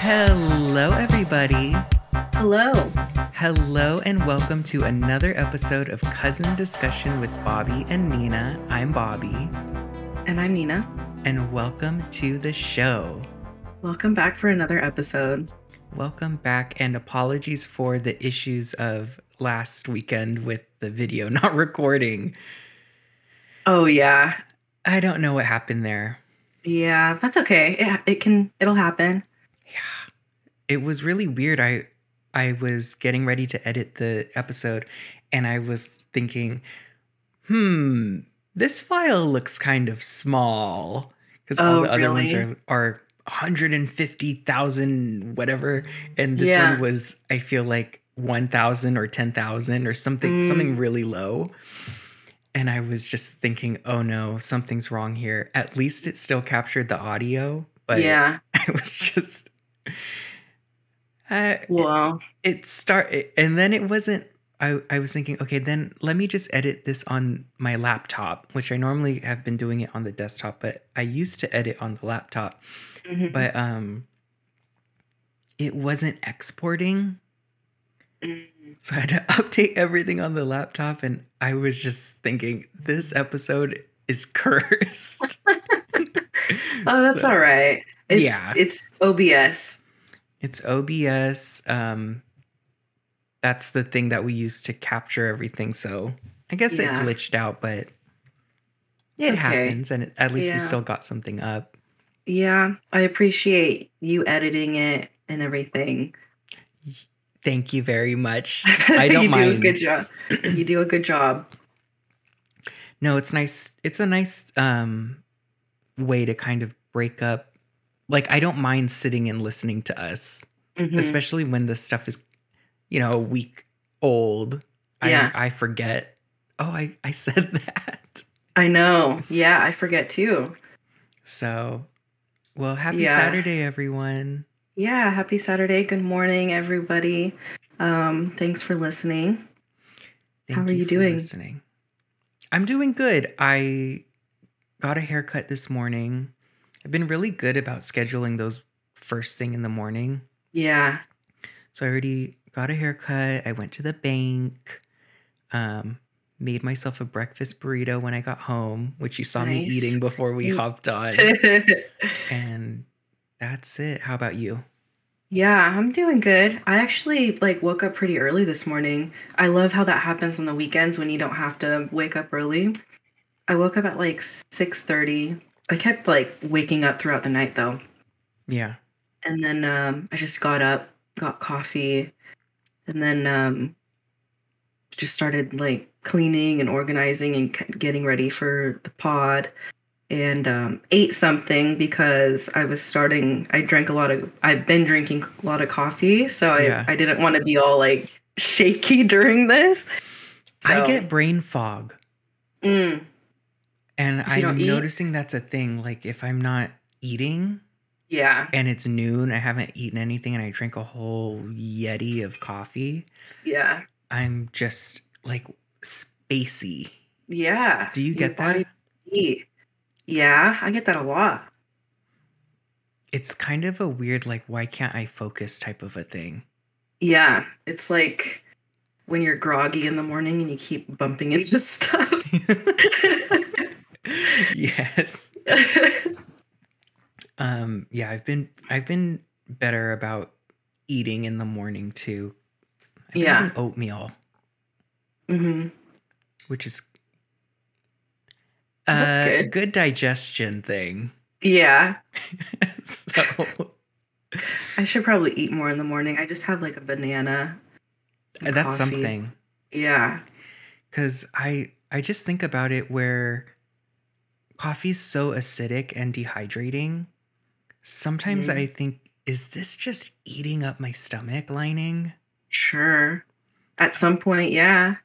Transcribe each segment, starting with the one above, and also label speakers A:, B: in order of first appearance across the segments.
A: Hello, everybody.
B: Hello.
A: Hello, and welcome to another episode of Cousin Discussion with Bobby and Nina. I'm Bobby,
B: And I'm Nina.
A: and welcome to the show.
B: Welcome back for another episode.
A: Welcome back, and apologies for the issues of last weekend with the video not recording.
B: Oh yeah.
A: I don't know what happened there.
B: Yeah, that's okay. It, it can it'll happen.
A: Yeah. It was really weird. I I was getting ready to edit the episode and I was thinking, "Hmm, this file looks kind of small because all
B: Oh,
A: the other ones
B: really?
A: are are 150,000 whatever and this
B: Yeah.
A: one was I feel like 1,000 or 10,000 or something
B: Mm.
A: something really low. And I was just thinking, "Oh no, something's wrong here." At least it still captured the audio, but
B: yeah.
A: I was just I it,
B: Well,
A: it started and then it wasn't I, I was thinking okay then let me just edit this on my laptop which i normally have been doing it on the desktop but i used to edit on the laptop
B: mhm,
A: but um it wasn't exporting
B: mm,
A: so i had to update everything on the laptop and i was just thinking this episode is cursed
B: oh, that's
A: So-
B: all right. It's,
A: Yeah.
B: It's OBS.
A: It's OBS. Um, that's the thing that we use to capture everything. So I guess
B: Yeah.
A: it glitched out, but
B: It's
A: it
B: okay.
A: happens, and it- at least
B: Yeah.
A: we still got something up.
B: Yeah, I appreciate you editing it and everything.
A: Thank you very much. I don't
B: you
A: mind.
B: do a good job. You do a good job.
A: No, it's nice. It's a nice um, way to kind of break up. Like I don't mind sitting and listening to us,
B: Mhm.
A: especially when this stuff is, you know, a week old.
B: Yeah.
A: I, I forget. Oh, I, I said that.
B: I know. Yeah, I forget too.
A: So, well, happy
B: Yeah.
A: Saturday, everyone.
B: Yeah, happy Saturday. Good morning, everybody. Um, thanks for listening. How are you
A: for
B: doing?
A: Listening. I'm doing good. I got a haircut this morning. I've been really good about scheduling those first thing in the morning.
B: Yeah.
A: So I already got a haircut. I went to the bank. Um, made myself a breakfast burrito when I got home, which you saw me
B: Nice.
A: eating before we hopped on. and that's it. How about you?
B: yeah, I'm doing good. I actually like woke up pretty early this morning. I love how that happens on the weekends when you don't have to wake up early. I woke up at like 6:30. I kept like waking up throughout the night though.
A: Yeah.
B: And then um I just got up, got coffee, and then um just started like cleaning and organizing and c- getting ready for the pod and um, ate something because I was starting. I drank a lot of. I've been drinking a lot of coffee, so I,
A: Yeah.
B: I didn't want to be all like shaky during this.
A: I
B: So,
A: get brain fog.
B: mm,
A: And
B: If you
A: I'm
B: don't eat?
A: noticing that's a thing. Like if I'm not eating
B: yeah,
A: and it's noon, I haven't eaten anything and I drink a whole Yeti of coffee,
B: yeah,
A: I'm just like spacey.
B: yeah.
A: Do you
B: Your
A: get
B: body
A: that?
B: to eat. Yeah, I get that a lot.
A: It's kind of a weird like why can't I focus type of a thing.
B: Yeah, it's like when you're groggy in the morning and you keep bumping into stuff.
A: yes. Um yeah, I've been I've been better about eating in the morning too. I've been
B: Yeah.
A: having oatmeal,
B: hmm
A: which is
B: That's
A: a
B: good.
A: good digestion thing.
B: Yeah,
A: so uh,
B: I should probably eat more in the morning. I just have like a banana. and
A: Uh, that's
B: coffee.
A: something
B: Yeah.
A: because I I just think about it where coffee's so acidic and dehydrating. Sometimes
B: Mhm.
A: I think, is this just eating up my stomach lining?
B: Sure. At some point, yeah.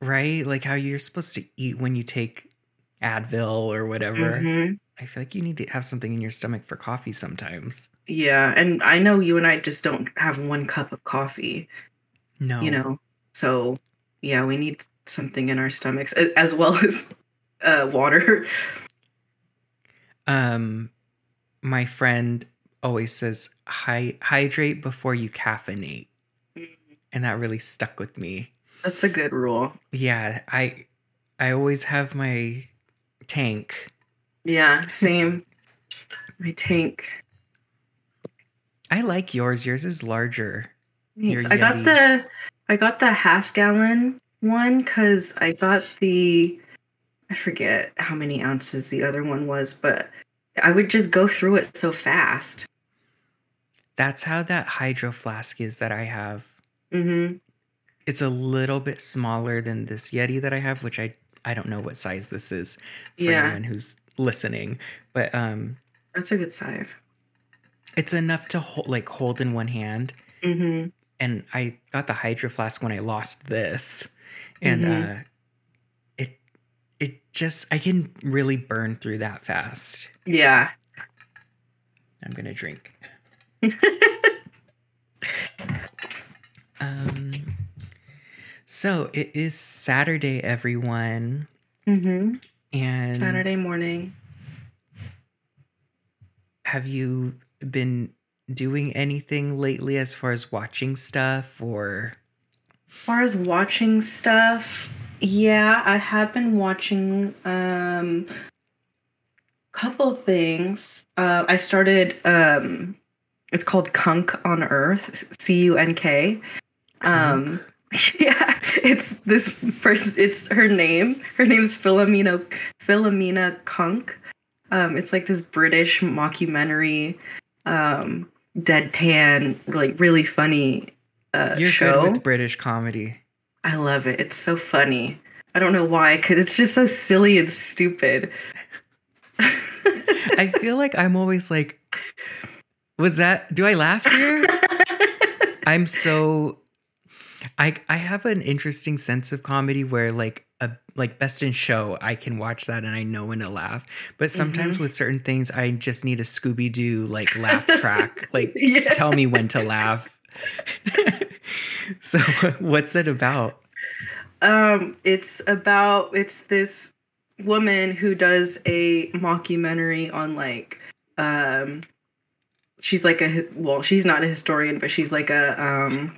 A: Right, like how you're supposed to eat when you take Advil or whatever.
B: Mhm.
A: I feel like you need to have something in your stomach for coffee sometimes.
B: Yeah. And I know you and I just don't have one cup of coffee,
A: No,
B: you know? So, yeah, we need something in our stomachs a- as well as uh, water.
A: um my friend always says hy- hydrate before you caffeinate.
B: Mm.
A: And that really stuck with me.
B: That's a good rule.
A: Yeah, I I always have my tank.
B: Yeah, same. My tank.
A: I like yours. Yours is larger.
B: Thanks.
A: Your
B: I got
A: Yeti.
B: the I got the half gallon one because I got the I forget how many ounces the other one was, but I would just go through it so fast.
A: That's how that hydro flask is that I have.
B: Mm-hmm.
A: It's a little bit smaller than this Yeti that I have, which I I don't know what size this is for
B: Yeah,
A: anyone who's listening, but um
B: that's a good size.
A: it's enough to hold, like hold in one hand
B: Mm-hmm.
A: and I got the hydro flask when I lost this, and
B: Mhm.
A: uh, it it just I can really burn through that fast.
B: Yeah.
A: I'm gonna drink. Um, so it is Saturday, everyone,
B: mm-hmm.
A: and
B: Saturday morning.
A: Have you been doing anything lately as far as watching stuff or?
B: As far as watching stuff, yeah, I have been watching um couple things. Uh, I started um it's called Kunk on Earth, C U N K. Um
A: Kunk?
B: yeah, it's this person it's her name. Her name's Philomena Philomena Kunk. Um it's like this British mockumentary um deadpan like really funny uh
A: you're
B: show.
A: good with British comedy.
B: I love it. It's so funny. I don't know why, because it's just so silly and stupid.
A: I feel like I'm always like, was that? Do I laugh here? I'm so I I have an interesting sense of comedy where like a like best in show I can watch that and I know when to laugh. But sometimes with certain things I just need a Scooby Doo like laugh track. Like
B: yeah.
A: tell me when to laugh. so what's it about?
B: um, it's about it's this woman who does a mockumentary on like um she's like a hi- well she's not a historian but she's like a um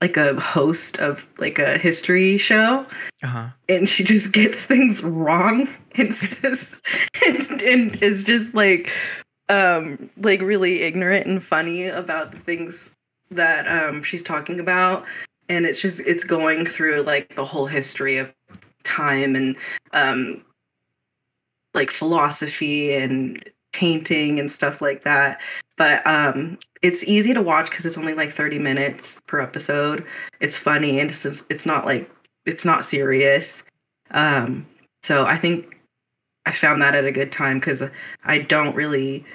B: like a host of like a history show
A: Uh-huh.
B: and she just gets things wrong and says and, and is just like um like really ignorant and funny about the things that um she's talking about and it's just it's going through like the whole history of time and um like philosophy and painting and stuff like that but um it's easy to watch because it's only like 30 minutes per episode it's funny and since it's not like it's not serious. Um, so I think I found that at a good time because I don't really,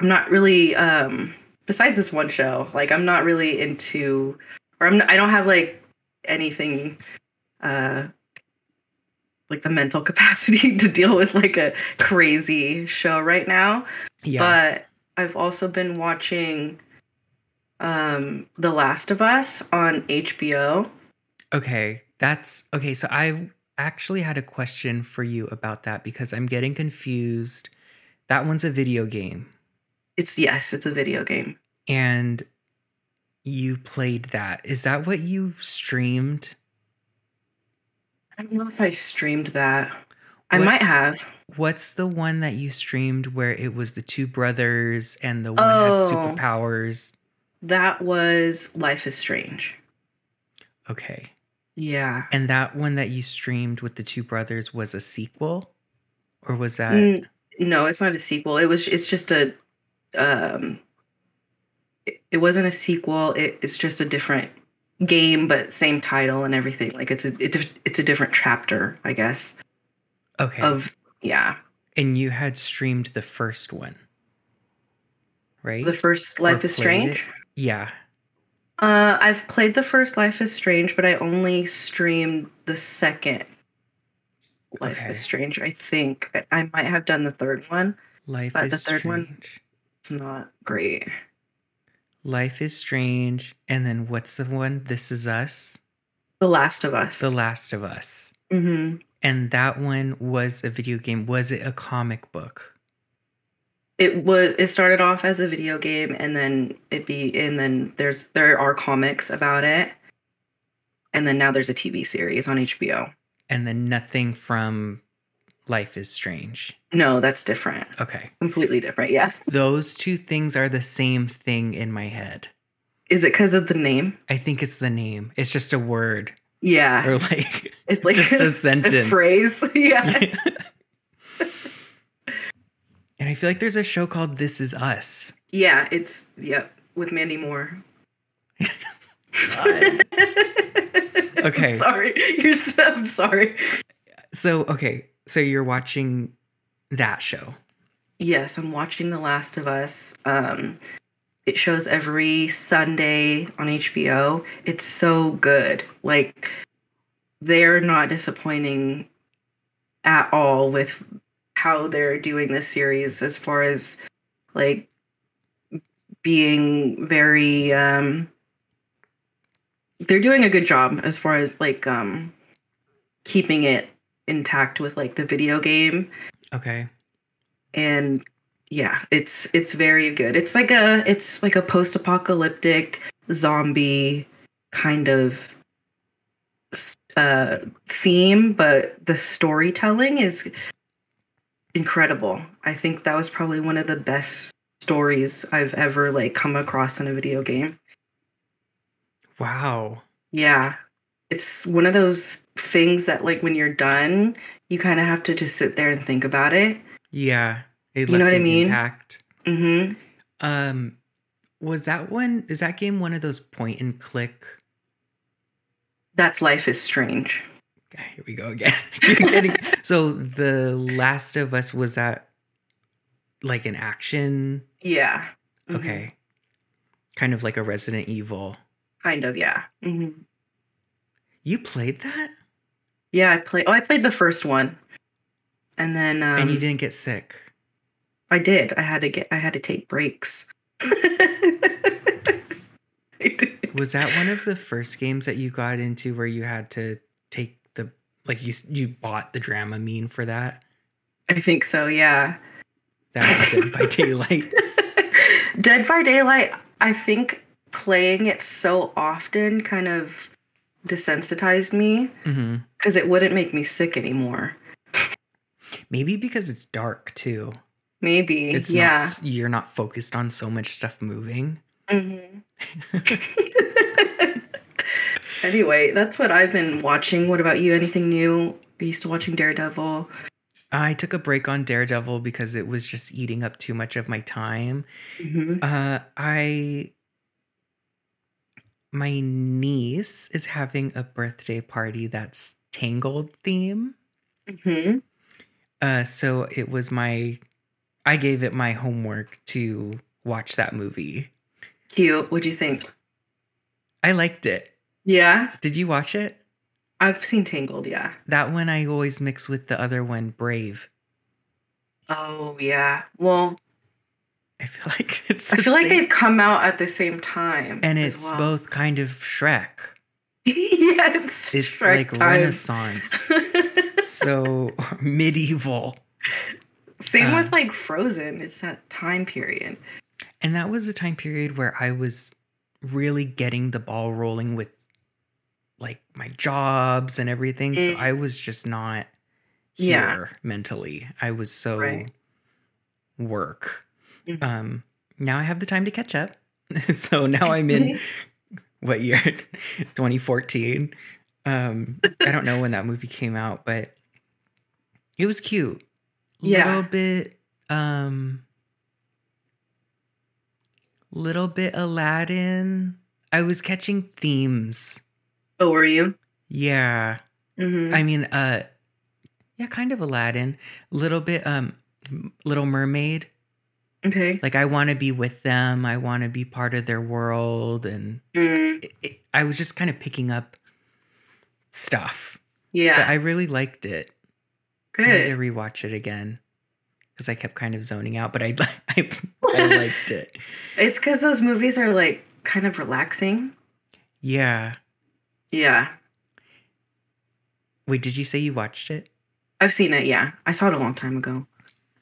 B: I'm not really, um, besides this one show, like I'm not really into, or I'm, I don't have like anything, uh, like the mental capacity to deal with like a crazy show right now
A: Yeah.
B: but I've also been watching um The Last of Us on HBO.
A: okay. That's okay. So I actually had a question for you about that because I'm getting confused. That one's a video game.
B: It's yes, it's a video game.
A: and you played that. Is that what you streamed?
B: I don't know if I streamed that. I might
A: What's-
B: have.
A: What's the one that you streamed where it was the two brothers and the one
B: Oh.
A: had superpowers?
B: That was Life is Strange.
A: Okay.
B: Yeah.
A: And that one that you streamed with the two brothers was a sequel? Or was that
B: N- Mm, no, it's not a sequel. It was it's just a um it, it wasn't a sequel. It, it's just a different game but same title and everything. Like it's a it's a, it's a different chapter, I guess,
A: okay?
B: of yeah.
A: and you had streamed the first one, right?
B: The first Life is
A: played it?
B: Strange.
A: yeah.
B: Uh, I've played the first Life is Strange, but I only streamed the second Life
A: Okay.
B: is Strange. I think I- I might have done the third one.
A: Life
B: But
A: is
B: the third one?
A: strange.
B: It's not great.
A: Life is strange. And then what's the one? This is us.
B: The Last of Us.
A: The Last of Us.
B: hmm
A: And that one was a video game. Was it a comic book?
B: it was it started off as a video game and then it be and then there's there are comics about it and then now there's a tv series on hbo
A: and then nothing from Life is Strange.
B: no that's different
A: Okay.
B: completely different yeah
A: Those two things are the same thing in my head.
B: is it because of the name
A: I think it's the name. It's just a word
B: yeah
A: or like
B: it's like
A: just a
B: a
A: sentence.
B: phrase yeah
A: and I feel like there's a show called This Is Us.
B: yeah it's yep with mandy moore
A: Okay.
B: I'm sorry you're so, i'm sorry
A: So, okay. So you're watching that show.
B: Yes, I'm watching The Last of Us. Um, it shows every Sunday on HBO. It's so good. Like, they're not disappointing at all with how they're doing this series as far as like being very um they're doing a good job as far as like um keeping it intact with like the video game
A: Okay.
B: and yeah it's it's very good it's like a it's like a post-apocalyptic zombie kind of s- uh theme but the storytelling is incredible i think that was probably one of the best stories i've ever like come across in a video game
A: Wow.
B: yeah it's one of those things that like when you're done you kind of have to just sit there and think about it
A: Yeah. It
B: You know what I
A: an
B: mean?
A: Impact.
B: mm-hmm
A: Um, was that one? Is that game one of those point and click?
B: that's life is strange
A: Okay, Ah, Here we go again. You're getting, so the Last of Us was that like an action?
B: Yeah. Mhm.
A: Okay, kind of like a Resident Evil.
B: Kind of, yeah. hmm
A: You played that
B: Yeah, I played. Oh, I played the first one, and then um,
A: and you didn't get sick.
B: I did. I had to get. I had to take breaks. I did.
A: Was that one of the first games that you got into where you had to take the like you you bought the Dramamine for that?
B: I think so. Yeah.
A: That happened by daylight.
B: Dead by Daylight. I think playing it so often kind of desensitized me
A: hmm
B: because it wouldn't make me sick anymore.
A: Maybe because it's dark too.
B: Maybe.
A: It's not
B: yeah.
A: s- you're not focused on so much stuff moving.
B: Mm-hmm. Mhm. anyway, that's what I've been watching. What about you? Anything new? Are you still watching Daredevil?
A: I took a break on Daredevil because it was just eating up too much of my time. Uh, I my niece is having a birthday party that's Tangled theme.
B: Mm-hmm.
A: Uh, so it was my I gave it my homework to watch that movie.
B: Cute. What'd you think?
A: I liked it.
B: Yeah,
A: Did you watch it?
B: I've seen Tangled. Yeah.
A: That one I always mix with the other one, Brave.
B: Oh yeah. Well,
A: I feel like it's
B: I
A: the
B: feel like
A: same-
B: they've come out at the same time.
A: and
B: as
A: it's
B: well.
A: both kind of Shrek.
B: yeah, it's,
A: It's
B: Shrek
A: like
B: time.
A: Renaissance. so medieval.
B: Same
A: Um,
B: with like Frozen. It's that time period.
A: And that was a time period where I was really getting the ball rolling with like my jobs and everything. So
B: Mm.
A: I was just not here
B: Yeah.
A: mentally. I was so
B: Right.
A: work.
B: Mhm.
A: Um now I have the time to catch up. so now Oh, I'm in what year 2014 um i don't know when that movie came out but it was cute
B: Yeah.
A: little bit um little bit aladdin i was catching themes
B: Oh, were you?
A: yeah
B: Mm-hmm.
A: i mean uh yeah kind of aladdin little bit um little mermaid
B: okay.
A: like i want to be with them i want to be part of their world and
B: Mm,
A: it- it, I was just kind of picking up stuff. But
B: yeah.
A: I really liked it. I need to
B: Good.
A: rewatch it again because I kept kind of zoning out, but I li- I, I liked it.
B: It's because those movies are like kind of relaxing.
A: Yeah.
B: Yeah.
A: Wait, did you say you watched it?
B: I've seen it. Yeah. I saw it a long time ago.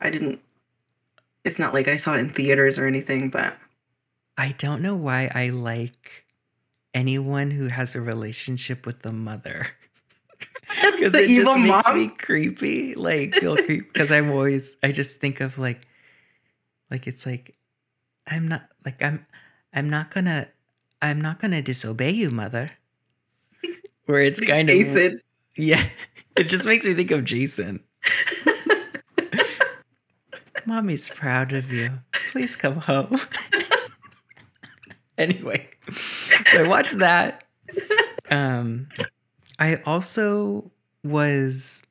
B: I didn't It's not like I saw it in theaters or anything, but
A: I don't know why I like anyone who has a relationship with the mother. Because
B: The
A: it just
B: evil
A: makes
B: mom?
A: me creepy, like feel creep. Because I'm always, I just think of like, like it's like, I'm not like I'm, I'm not gonna, I'm not gonna disobey you, mother. Where it's kind of
B: Jason.
A: yeah, it just makes me think of Jason. Mommy's proud of you. Please come home. anyway, so I watched that. Um, I also was.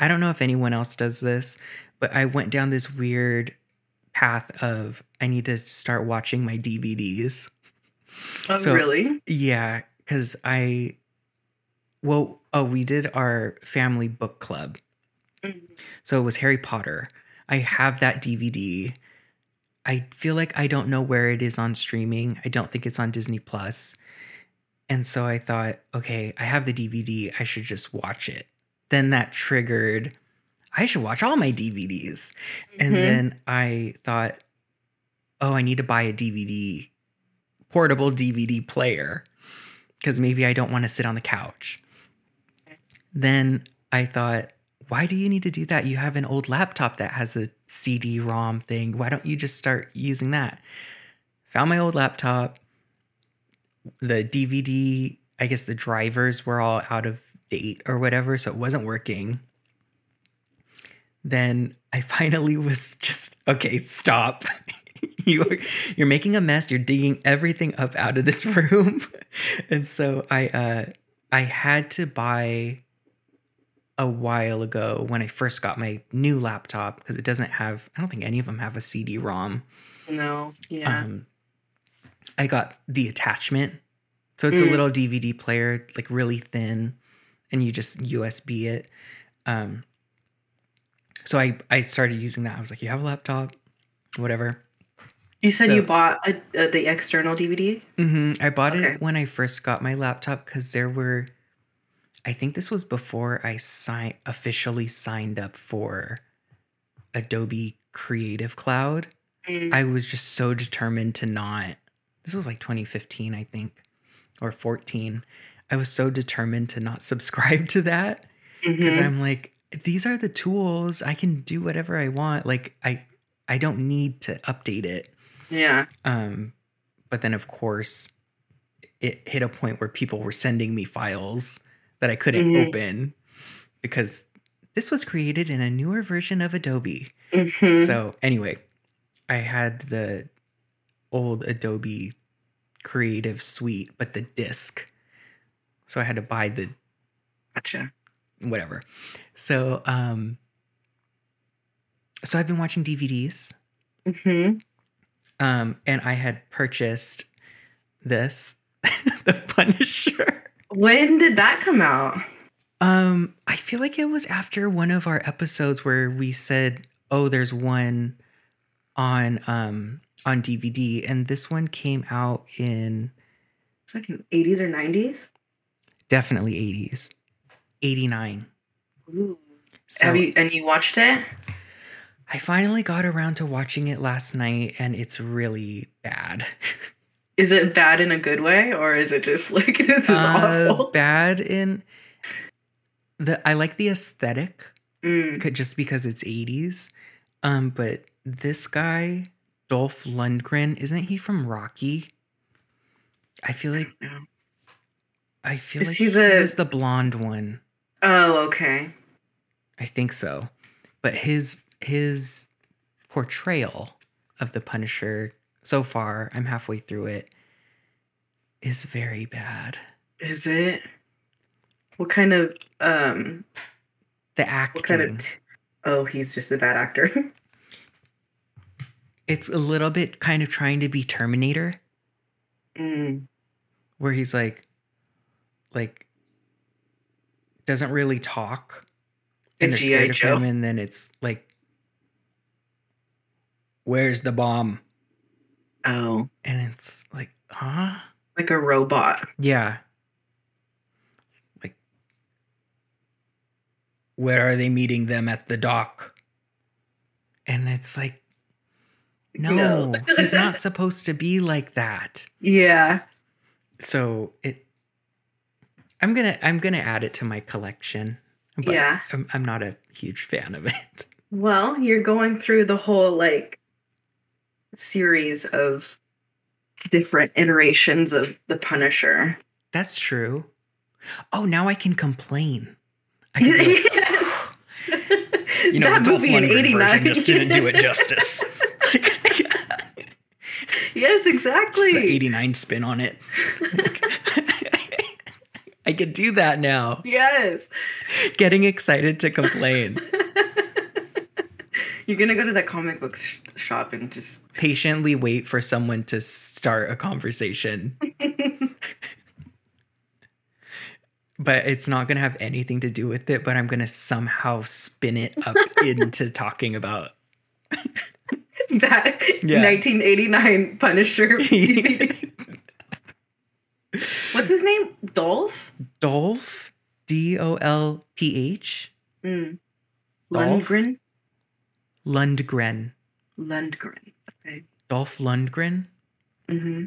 A: I don't know if anyone else does this, but I went down this weird path of I need to start watching my DVDs.
B: Oh,
A: So-
B: really?
A: Yeah, because I, well, oh, we did our family book club. So it was Harry Potter. I have that DVD. I feel like I don't know where it is on streaming. I don't think it's on Disney Plus. And so I thought, okay, I have the DVD. I should just watch it. Then that triggered, I should watch all my DVDs. And
B: Mhm.
A: then I thought, oh, I need to buy a DVD, portable DVD player, because maybe I don't want to sit on the couch. Then I thought, why do you need to do that? You have an old laptop that has a CD ROM thing. Why don't you just start using that? Found my old laptop. The DVD, I guess the drivers were all out of date or whatever, so it wasn't working. Then I finally was just okay, stop. you're you're making a mess. You're digging everything up out of this room. and so I uh I had to buy a while ago when I first got my new laptop because it doesn't have, I don't think any of them have a CD ROM.
B: No. Yeah.
A: Um, I got the attachment. So it's a
B: Mm.
A: little DVD player, like really thin, and you just USB it. Um, so I, I started using that. I was like, you have a laptop, whatever.
B: you said
A: so-
B: you bought a, a, the external DVD.
A: hmm I bought
B: Mm-hmm. Okay.
A: it when I first got my laptop because there were, I think this was before I sign officially signed up for Adobe Creative Cloud. I was just so determined to not. This was like 2015, I think, or 14. I was so determined to not subscribe to that because
B: Mhm.
A: I'm like, these are the tools. I can do whatever I want. Like I, I don't need to update it.
B: yeah.
A: Um, but then, of course, it hit a point where people were sending me files that I couldn't
B: Mhm.
A: open because this was created in a newer version of Adobe.
B: Mhm.
A: So, anyway, I had the old Adobe Creative Suite, but the disk. So I had to buy the
B: gotcha.
A: whatever. So, um, so I've been watching DVDs.
B: hmm
A: Um, and I had purchased this, The Punisher.
B: When did that come out?
A: Um, I feel like it was after one of our episodes where we said, "Oh, there's one on um on DVD," and this one came out in
B: It's like in eighties or nineties.
A: definitely 80s, 89. So
B: Have you and you watched it?
A: I finally got around to watching it last night, and it's really bad.
B: Is it bad in a good way, or is it just like this is
A: Uh,
B: awful?
A: Bad in the I like the aesthetic.
B: Mm.
A: c- just because it's 80s. Um, but this guy, Dolph Lundgren, isn't he from Rocky? I feel like
B: No.
A: I feel
B: Is
A: like
B: he
A: he,
B: the-
A: was the blonde one.
B: Oh, okay.
A: I think so. But his his portrayal of the Punisher so far, I'm halfway through it, is very bad.
B: Is it? What kind of um?
A: The acting,
B: What kind of? T- oh, he's just a bad actor.
A: it's a little bit kind of trying to be Terminator.
B: Mm.
A: where he's like like doesn't really talk and
B: The
A: they're
B: G.I.
A: scared
B: Joe.
A: of him and then it's like where's the bomb
B: Oh,
A: and it's like huh
B: like a robot.
A: yeah like where are they meeting them at the dock And it's like, no,
B: No.
A: he's not supposed to be like that.
B: Yeah.
A: So it, I'm gonna I'm gonna add it to my collection. But
B: Yeah.
A: I'm, I'm not a huge fan of it.
B: Well, you're going through the whole like series of different iterations of the Punisher.
A: That's true. Oh, now I can complain. I can be like, you know,
B: that
A: the Dolph
B: movie in
A: Lundgren version
B: '89
A: just didn't do it justice. Just
B: yes,
A: the
B: exactly.
A: 89 spin on it. I could do that now.
B: Yes.
A: Getting excited to complain.
B: You're gonna go to that comic book sh- shop and just
A: Patiently wait for someone to start a conversation, but it's not going to have anything to do with it, but I'm going to somehow spin it up into talking about.
B: that
A: Yeah.
B: 1989 Punisher. What's his name? Dolph.
A: Dolph, D O L P H,
B: Mm.
A: Dolph?
B: Lundgren.
A: Lundgren.
B: Lundgren. Okay.
A: Dolph Lundgren.
B: hmm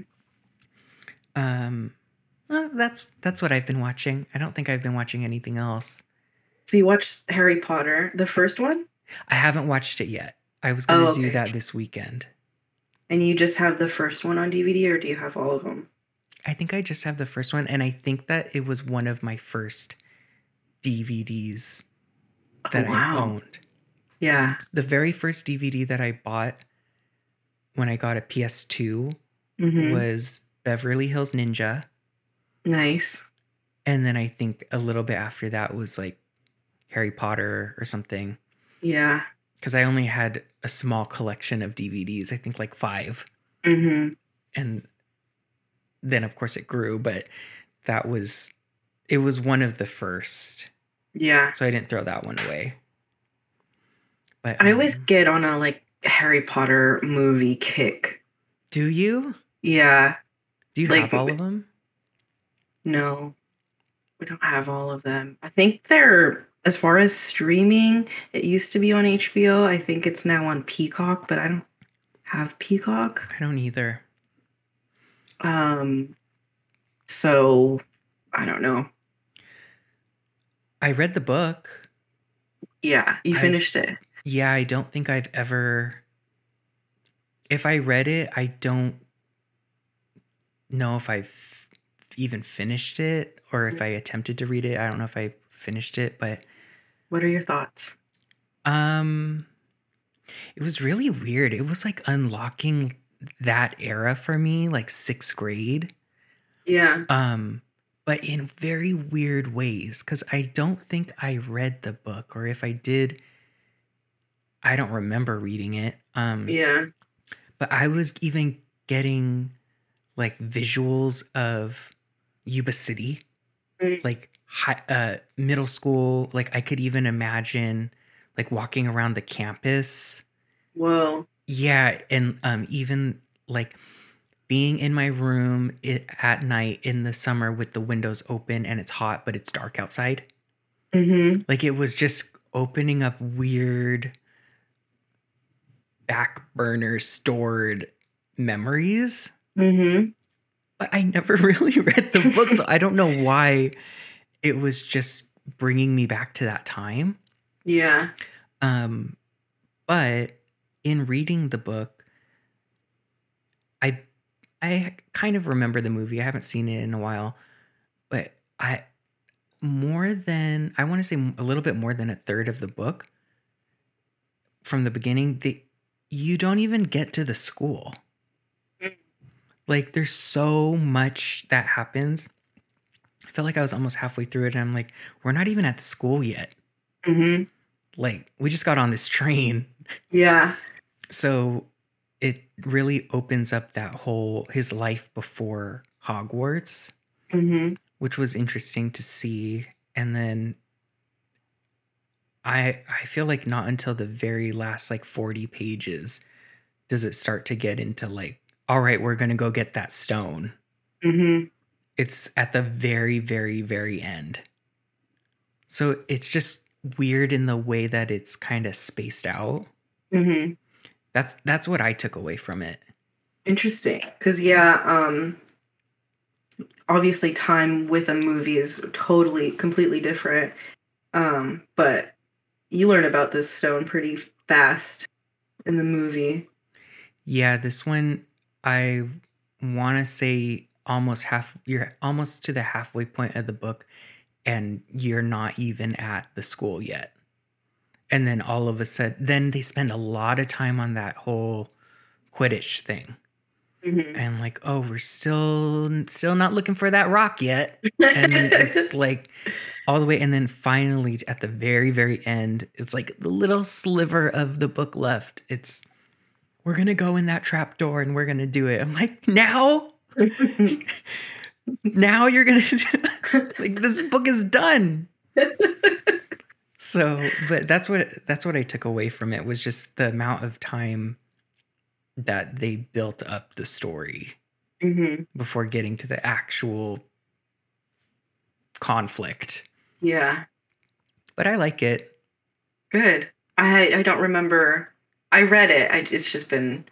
A: Um, well, that's that's what I've been watching. I don't think I've been watching anything else.
B: So you watched Harry Potter, the first one,
A: I haven't watched it yet. I was gonna
B: Oh,
A: do
B: okay.
A: that this weekend.
B: and you just have the first one on DVD, or do you have all of them?
A: I think I just have the first one, and I think that it was one of my first DVDs
B: Oh,
A: that I owned.
B: Yeah.
A: The very first DVD that I bought when I got a PS2
B: Mhm.
A: was Beverly Hills Ninja,
B: Nice.
A: and then I think a little bit after that was like Harry Potter or something.
B: Yeah.
A: because I only had a small collection of DVDs, I think like five.
B: hmm
A: And then, of course, it grew, but that was, it was one of the first.
B: Yeah.
A: So I didn't throw that one away. But
B: I always
A: um,
B: get on a like Harry Potter movie kick.
A: do you?
B: Yeah.
A: Do you
B: Like-
A: have all of them?
B: No, we don't have all of them. I think they're as far as streaming. It used to be on HBO. I think it's now on Peacock, but I don't have Peacock.
A: I don't either.
B: Um, so I don't know.
A: I read the book.
B: Yeah, you
A: I-
B: finished it.
A: Yeah, I don't think I've ever. If I read it, I don't know if I've even finished it or if I attempted to read it. I don't know if I finished it, but
B: What are your thoughts?
A: um it was really weird. It was like unlocking that era for me, like 6th grade.
B: Yeah.
A: Um but in very weird ways cuz I don't think I read the book or if I did I don't remember reading it. Um
B: Yeah.
A: but I was even getting like visuals of Yuba City,
B: Mm.
A: like high, uh, middle school. Like I could even imagine like walking around the campus.
B: Whoa.
A: Yeah, and um, even like being in my room i at night in the summer with the windows open and it's hot, but it's dark outside.
B: Mm-hmm.
A: Like it was just opening up weird back burner stored memories
B: Mm-hmm.
A: but I never really read the book, so I don't know why it was just bringing me back to that time.
B: Yeah.
A: Um, but in reading the book, I I kind of remember the movie. I haven't seen it in a while, but I more than I want to say a little bit more than a third of the book from the beginning. The you don't even get to the school.
B: Mm.
A: Like there's so much that happens. I felt like I was almost halfway through it, and I'm like, we're not even at the school yet.
B: Mm-hmm.
A: Like we just got on this train.
B: Yeah.
A: So it really opens up that whole his life before Hogwarts,
B: Mm-hmm.
A: which was interesting to see. And then I I feel like not until the very last like 40 pages does it start to get into like, all right, we're gonna go get that stone.
B: Mm-hmm.
A: It's at the very, very, very end. So it's just weird in the way that it's kind of spaced out.
B: Mm-hmm.
A: That's that's what I took away from it.
B: Interesting. Because, yeah, um, obviously time with a movie is totally, completely different. Um, but you learn about this stone pretty fast in the movie.
A: Yeah, this one I want to say almost half you're almost to the halfway point of the book and you're not even at the school yet. And then all of a sudden then they spend a lot of time on that whole quidditch thing.
B: Mm-hmm.
A: And like, oh, we're still still not looking for that rock yet. And then it's like all the way and then finally at the very very end, it's like the little sliver of the book left. It's we're going to go in that trap door and we're going to do it. I'm like, now? now you're gonna like this book is done so but that's what that's what i took away from it was just the amount of time that they built up the story
B: mm-hmm.
A: before getting to the actual conflict
B: Yeah,
A: but i like it
B: good. I I don't remember. I read it. I, it's just been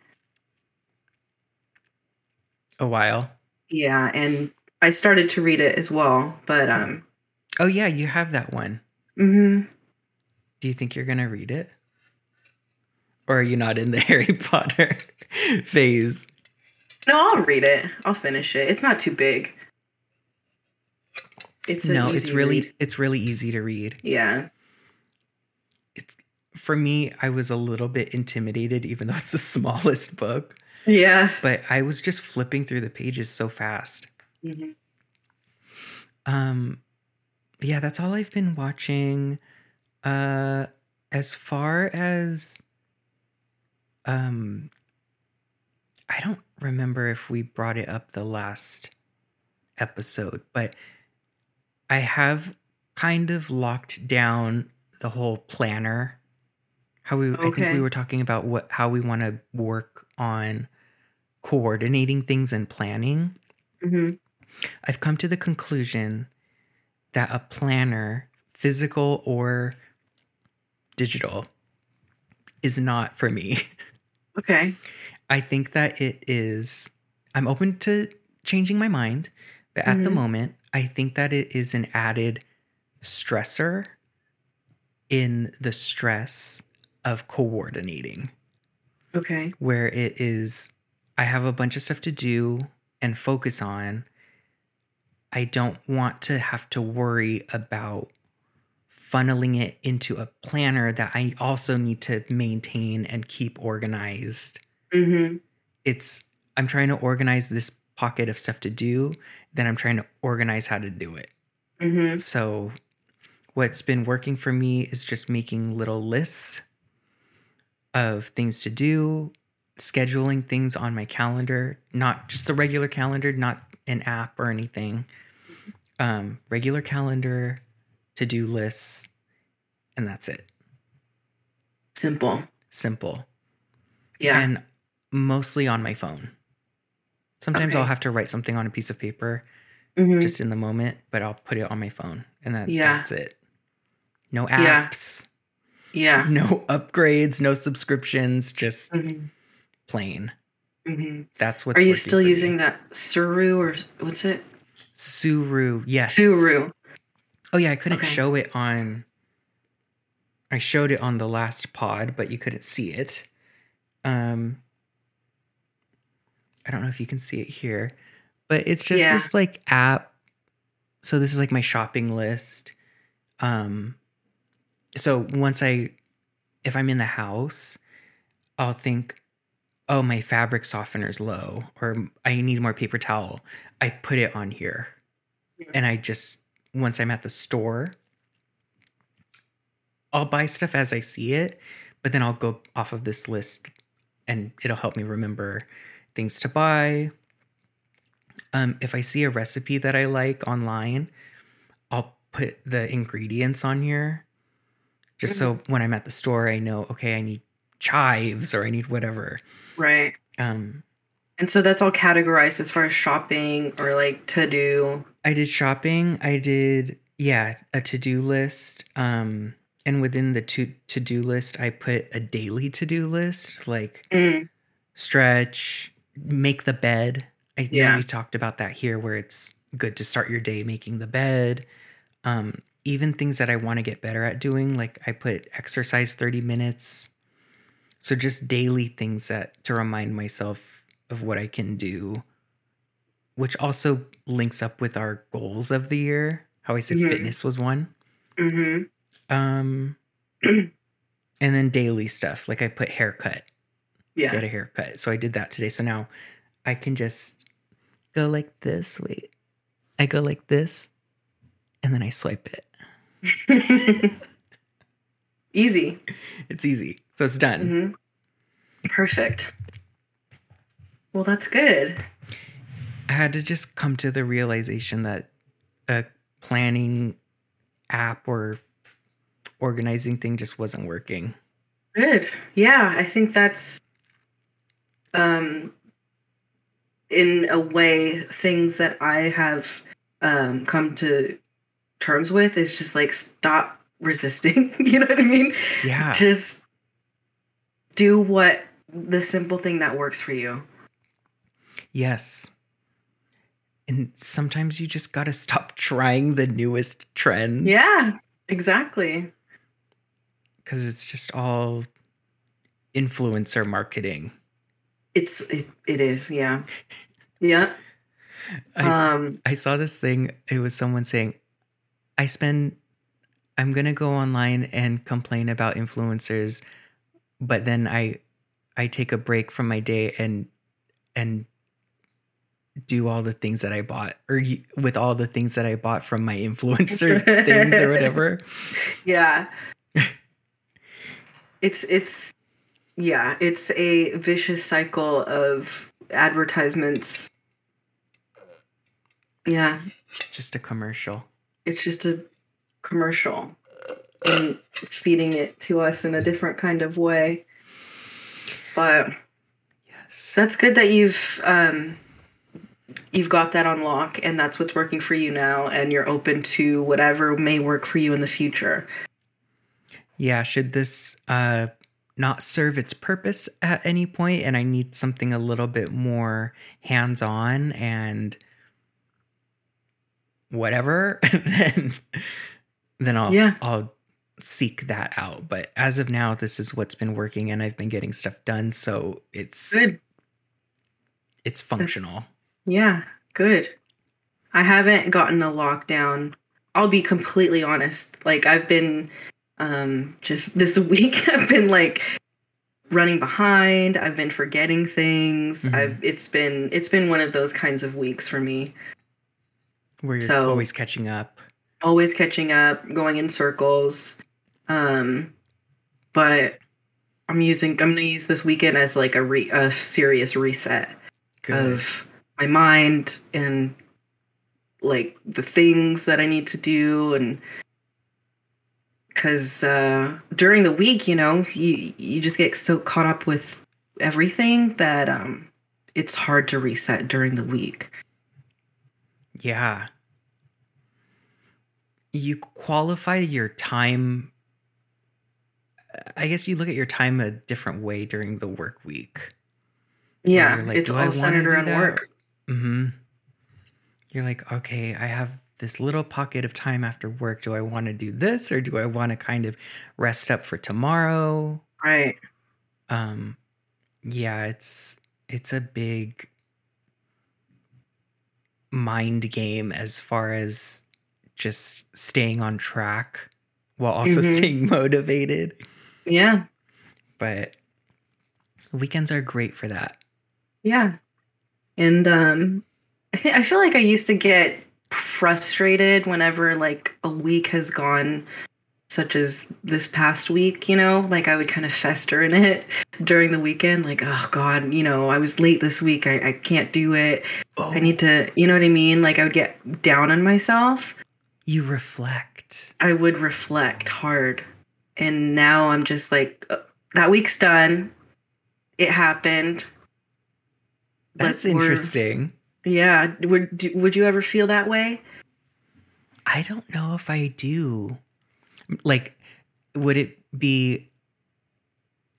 A: a while
B: yeah, and I started to read it as well. But um,
A: oh yeah you have that one
B: mhm.
A: do you think you're gonna read it or are you not in the harry potter phase
B: no, I'll read it. I'll finish it. It's not too big. It's an
A: no it's
B: easy
A: really
B: read.
A: it's really easy to read
B: yeah.
A: for me, I was a little bit intimidated, even though it's the smallest book,
B: Yeah.
A: but I was just flipping through the pages so fast.
B: Mhm.
A: Um, yeah, that's all I've been watching. Uh, as far as, um, I don't remember if we brought it up the last episode, but I have kind of locked down the whole planner. How we, I think
B: Okay.
A: we were talking about what how we want to work on coordinating things and planning.
B: Mhm.
A: I've come to the conclusion that a planner, physical or digital, is not for me.
B: Okay.
A: I think that it is, I'm open to changing my mind, but at the
B: Mhm.
A: moment, I think that it is an added stressor in the stress of coordinating
B: Okay.
A: where it is I have a bunch of stuff to do and focus on. I don't want to have to worry about funneling it into a planner that I also need to maintain and keep organized.
B: Mm-hmm.
A: It's I'm trying to organize this pocket of stuff to do, then I'm trying to organize how to do it.
B: Mm-hmm.
A: So, what's been working for me is just making little lists of things to do, scheduling things on my calendar, not just the regular calendar, not an app or anything. Um, regular calendar, to do lists, and that's it.
B: Simple.
A: Simple.
B: Yeah.
A: And mostly on my phone. Sometimes
B: Okay.
A: I'll have to write something on a piece of paper
B: Mhm.
A: just in the moment, but I'll put it on my phone and that,
B: Yeah.
A: that's it. No
B: Yeah.
A: apps,
B: yeah.
A: no upgrades, no subscriptions, just
B: Mm-hmm.
A: plain.
B: Mm-hmm.
A: That's what's
B: Are you
A: working
B: still
A: for me.
B: using that Suru or what's it?
A: Suru? Yes.
B: Suru.
A: Oh yeah, I couldn't
B: Okay.
A: show it on I showed it on the last pod, but you couldn't see it. Um I don't know if you can see it here, but it's just
B: Yeah.
A: this like app. So this is like my shopping list. Um so once I if I'm in the house, I'll think oh my fabric softener's low or I need more paper towel. I put it on here.
B: Yeah.
A: And I just once I'm at the store, I'll buy stuff as I see it, but then I'll go off of this list and it'll help me remember things to buy. Um, if I see a recipe that I like online, I'll put the ingredients on here just so when I'm at the store, I know, okay, I need chives or I need whatever.
B: Right.
A: Um,
B: And so that's all categorized as far as shopping or like to do.
A: I did shopping. I did yeah, a to-do list. Um And within the to to do list, I put a daily to do list like
B: Mm.
A: stretch, make the bed. I think
B: Yeah.
A: we talked about that here, where it's good to start your day making the bed. Um, even things that I want to get better at doing, like I put exercise 30 minutes. So just daily things that to remind myself of what I can do, which also links up with our goals of the year. How I said
B: Mhm.
A: fitness was one.
B: hmm
A: Um, and then daily stuff, like I put haircut
B: Yeah.
A: get a haircut. So I did that today. So now I can just go like this. Wait, I go like this, and then I swipe it.
B: Easy.
A: It's easy. So it's done.
B: hmm Perfect. Well, that's good.
A: I had to just come to the realization that a planning app or organizing thing just wasn't working.
B: Good. Yeah, I think that's um in a way things that I have um come to terms with is just like stop resisting, you know what I mean?
A: Yeah.
B: Just do what the simple thing that works for you.
A: Yes. And sometimes you just got to stop trying the newest trends.
B: Yeah, exactly.
A: Because it's just all influencer marketing.
B: It's it, it is, yeah. Yeah.
A: I s-
B: Um
A: I saw this thing. It was someone saying, I spend, I'm going to go online and complain about influencers, but then I, I take a break from my day and, and do all the things that I bought or y- with all the things that I bought from my influencer things or whatever.
B: Yeah. it's it's yeah, it's a vicious cycle of advertisements. Yeah,
A: It's just a commercial.
B: it's just a commercial and feeding it to us in a different kind of way. But
A: Yes.
B: that's good that you've um you've got that on lock and that's what's working for you now and you're open to whatever may work for you in the future.
A: Yeah. Should this, uh, not serve its purpose at any point and I need something a little bit more hands on and whatever, then then I'll
B: Yeah.
A: I'll seek that out. But as of now, this is what's been working and I've been getting stuff done, so it's
B: Good.
A: it's functional.
B: Yeah, good. I haven't gotten a lockdown. I'll be completely honest. Like I've been um just this week I've been like running behind. I've been forgetting things.
A: Mhm.
B: I've it's been it's been one of those kinds of weeks for me.
A: Where you're
B: So-
A: always catching up.
B: Always catching up, going in circles. Um but I'm using I'm going to use this weekend as like a re, a serious reset.
A: Good.
B: of my mind and like the things that I need to do and because uh, during the week, you know, you you just get so caught up with everything that um, it's hard to reset during the week.
A: Yeah. You qualify your time. I guess you look at your time a different way during the work week. where
B: Yeah,
A: you're like,
B: it's
A: "Do I
B: all
A: wanna do
B: centered around
A: that?"
B: work.
A: Mm-hmm. You're like, okay, I have this little pocket of time after work. Do I want to do this or do I want to kind of rest up for tomorrow?
B: Right.
A: Um, yeah, it's it's a big mind game as far as just staying on track while also
B: Mhm.
A: staying motivated.
B: Yeah.
A: But weekends are great for that.
B: Yeah. And um I think I feel like I used to get frustrated whenever like a week has gone such as this past week, you know, like I would kind of fester in it during the weekend like oh god, you know, I was late this week. I I can't do it.
A: Oh,
B: I need to, you know what I mean? Like I would get down on myself.
A: you reflect.
B: I would reflect hard. And now I'm just like "Uh, that week's done. It happened.
A: That's
B: Like, we're-
A: interesting.
B: Yeah. Would do, would you ever feel that way?
A: I don't know if I do. Like would it be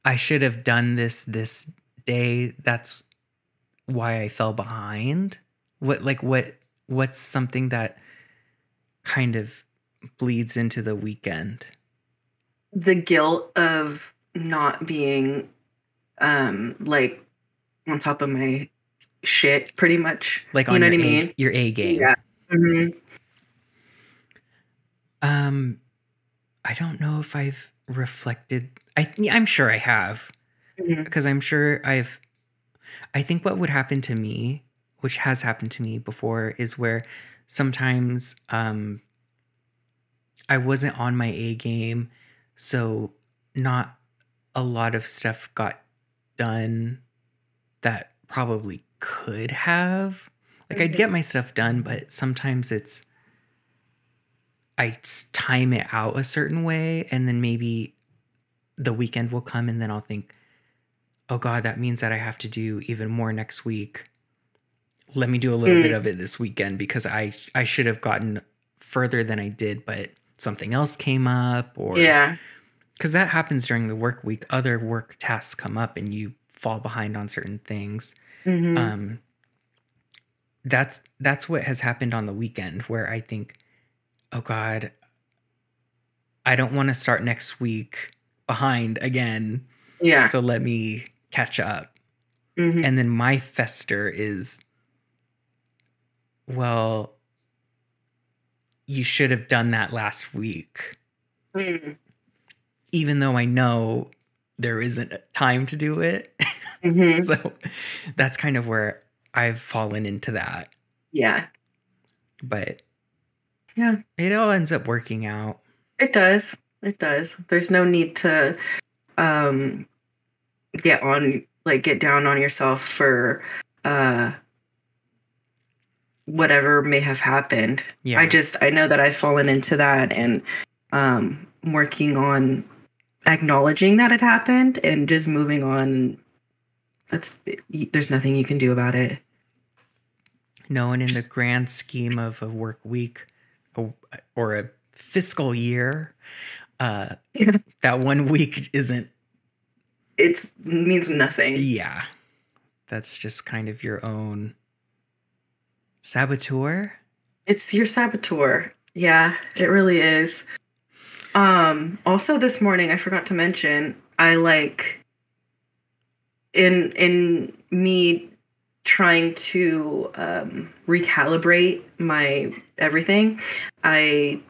A: I should have done this this day? That's why I fell behind. What like what what's something that kind of bleeds into the weekend?
B: the guilt of not being um like on top of my shit pretty much
A: Like
B: You
A: on
B: know
A: your
B: what I
A: A-
B: mean?
A: your A game.
B: yeah Mhm.
A: Um, I don't know if I've reflected. I yeah, I'm sure I have
B: Mhm.
A: because I'm sure I've. I think what would happen to me, which has happened to me before, is where sometimes um, I wasn't on my A game, so not a lot of stuff got done that probably could have. Like I'd
B: Mhm.
A: get my stuff done, but sometimes it's I s- time it out a certain way, and then maybe the weekend will come, and then I'll think, oh God, that means that I have to do even more next week. Let me do a little
B: Mm.
A: bit of it this weekend because I I should have gotten further than I did, but something else came up, or
B: yeah
A: because that happens during the work week. Other work tasks come up, and you fall behind on certain things
B: Mhm.
A: um that's that's what has happened on the weekend where i think oh god i don't want to start next week behind again
B: yeah
A: so let me catch up
B: Mhm.
A: and then my fester is well you should have done that last week
B: Mhm.
A: even though i know there isn't time to do it
B: Mhm.
A: so that's kind of where i've fallen into that
B: yeah
A: but
B: Yeah.
A: it all ends up working out
B: it does it does there's no need to um get on like get down on yourself for uh whatever may have happened
A: yeah
B: I just I know that I've fallen into that and um working on acknowledging that it happened and just moving on that's there's nothing you can do about it.
A: no one in the grand scheme of a work week a- or a fiscal year uh
B: Yeah.
A: that one week isn't
B: It's means nothing.
A: yeah that's just kind of your own saboteur
B: It's your saboteur. Yeah, it really is. Um also this morning I forgot to mention I like in in me trying to um recalibrate my everything i